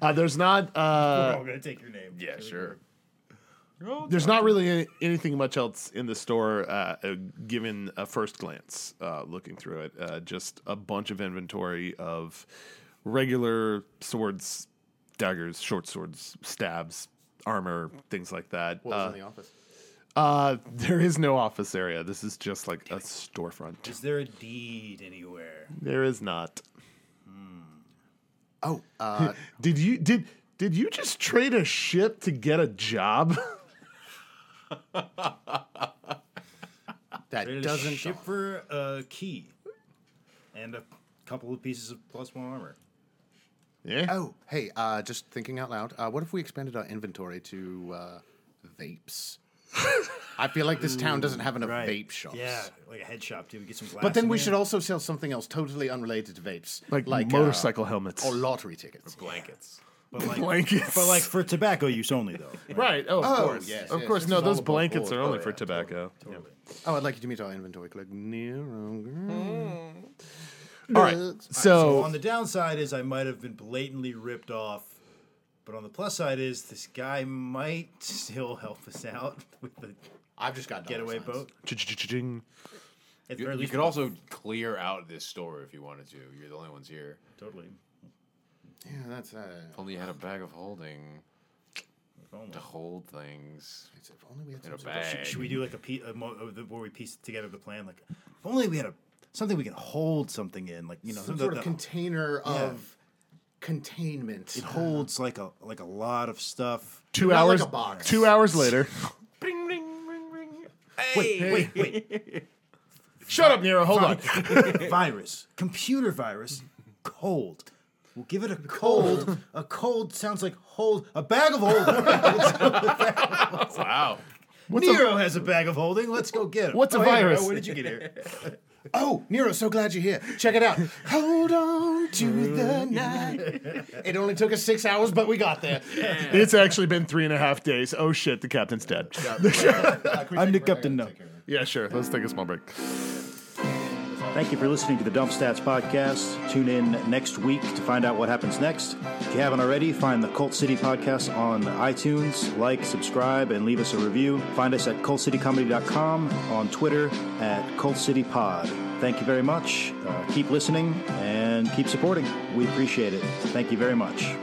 C: uh, there's not
D: We're
C: uh,
D: all gonna take your name.
F: Yeah, sure.
C: there's not really any, anything much else in the store uh, uh, given a first glance uh, looking through it. Uh, just a bunch of inventory of regular swords, daggers, short swords, stabs, armor, things like that.
E: What was
C: Uh,
E: in the office?
C: Uh, <laughs> there is no office area. This is just like a storefront.
D: Is there a deed anywhere?
C: There is not.
E: Oh,
D: <laughs>
E: uh,
C: Did you did did you just trade a ship to get a job? <laughs>
E: that
D: There's
E: doesn't.
D: a ship for a key and a couple of pieces of plus one armor.
C: yeah.
E: Oh, hey, uh, just thinking out loud. Uh, what if we expanded our inventory to uh, vapes? I feel like this town doesn't have enough vape shops.
D: Yeah, like a head shop too. We get some glass.
E: But then
D: in
E: we
D: there.
E: should also sell something else totally unrelated to vapes,
C: Like,
E: uh,
C: motorcycle helmets.
E: or lottery tickets.
F: Blankets.
D: But like,
C: blankets.
D: but like for tobacco use only
E: <laughs>
D: though.
C: right? Oh, of course,
E: yes,
C: of
E: yes,
C: course.
E: this
C: No,
E: is
C: those
E: all about
C: blankets
E: bulk.
C: are only
E: Oh,
C: for
E: yeah,
C: tobacco.
E: Oh, I'd like you to meet our inventory clerk, Nero.
C: All right, so
D: on the downside is I might have been blatantly ripped off, but on the plus side is this guy might still help us out <laughs> with the
E: I've just got dollar
D: getaway
E: signs.
D: boat.
C: Ch-ch-ch-ching.
D: At the
F: You,
D: very
F: you
D: least-
F: could also clear out this store if you wanted to. You're the only ones here.
D: totally.
E: Yeah, that's uh,
F: If only you had a bag of holding
D: If only.
F: to hold things
E: it's- if only we had
F: in
E: some
F: a
E: sort of-
F: bag.
D: Should we do like a, pe- a mo- uh, the- where we piece together the plan? Like, if only we had a something we can hold something in, like you know,
E: some
D: the-
E: sort of
D: the-
E: container of containment.
D: it holds like a like a lot of stuff.
C: two
E: Not like
C: hours.
E: a box.
C: Two hours later.
D: Wait, wait, wait!
C: Shut up, Nero. Hold on.
D: virus, computer virus, cold. We'll give it a cold. a cold sounds like hold. A bag of holding.
F: Wow.
C: <laughs> What's a,
D: Nero has a bag of holding. Let's go get him. Oh,
C: What's a
D: hey, Nero,
C: virus?
D: When did you get here?
E: Oh, Nero, so glad you're here. Check
C: <laughs>
E: it out. Hold on to the night. It only took us six hours, but we got there. <laughs>
C: it's actually been three and a half days. Oh shit, the captain's dead.
D: I'm the captain now.
C: Yeah, sure. Let's take a small break.
A: Thank you for listening to the Dump Stats Podcast. Tune in next week to find out what happens next. If you haven't already, find the Cult City Podcast on iTunes. Like, subscribe, and leave us a review. Find us at cultcitycomedy.com, on Twitter at Cult City Pod. Thank you very much. Uh, keep listening and keep supporting. We appreciate it. Thank you very much.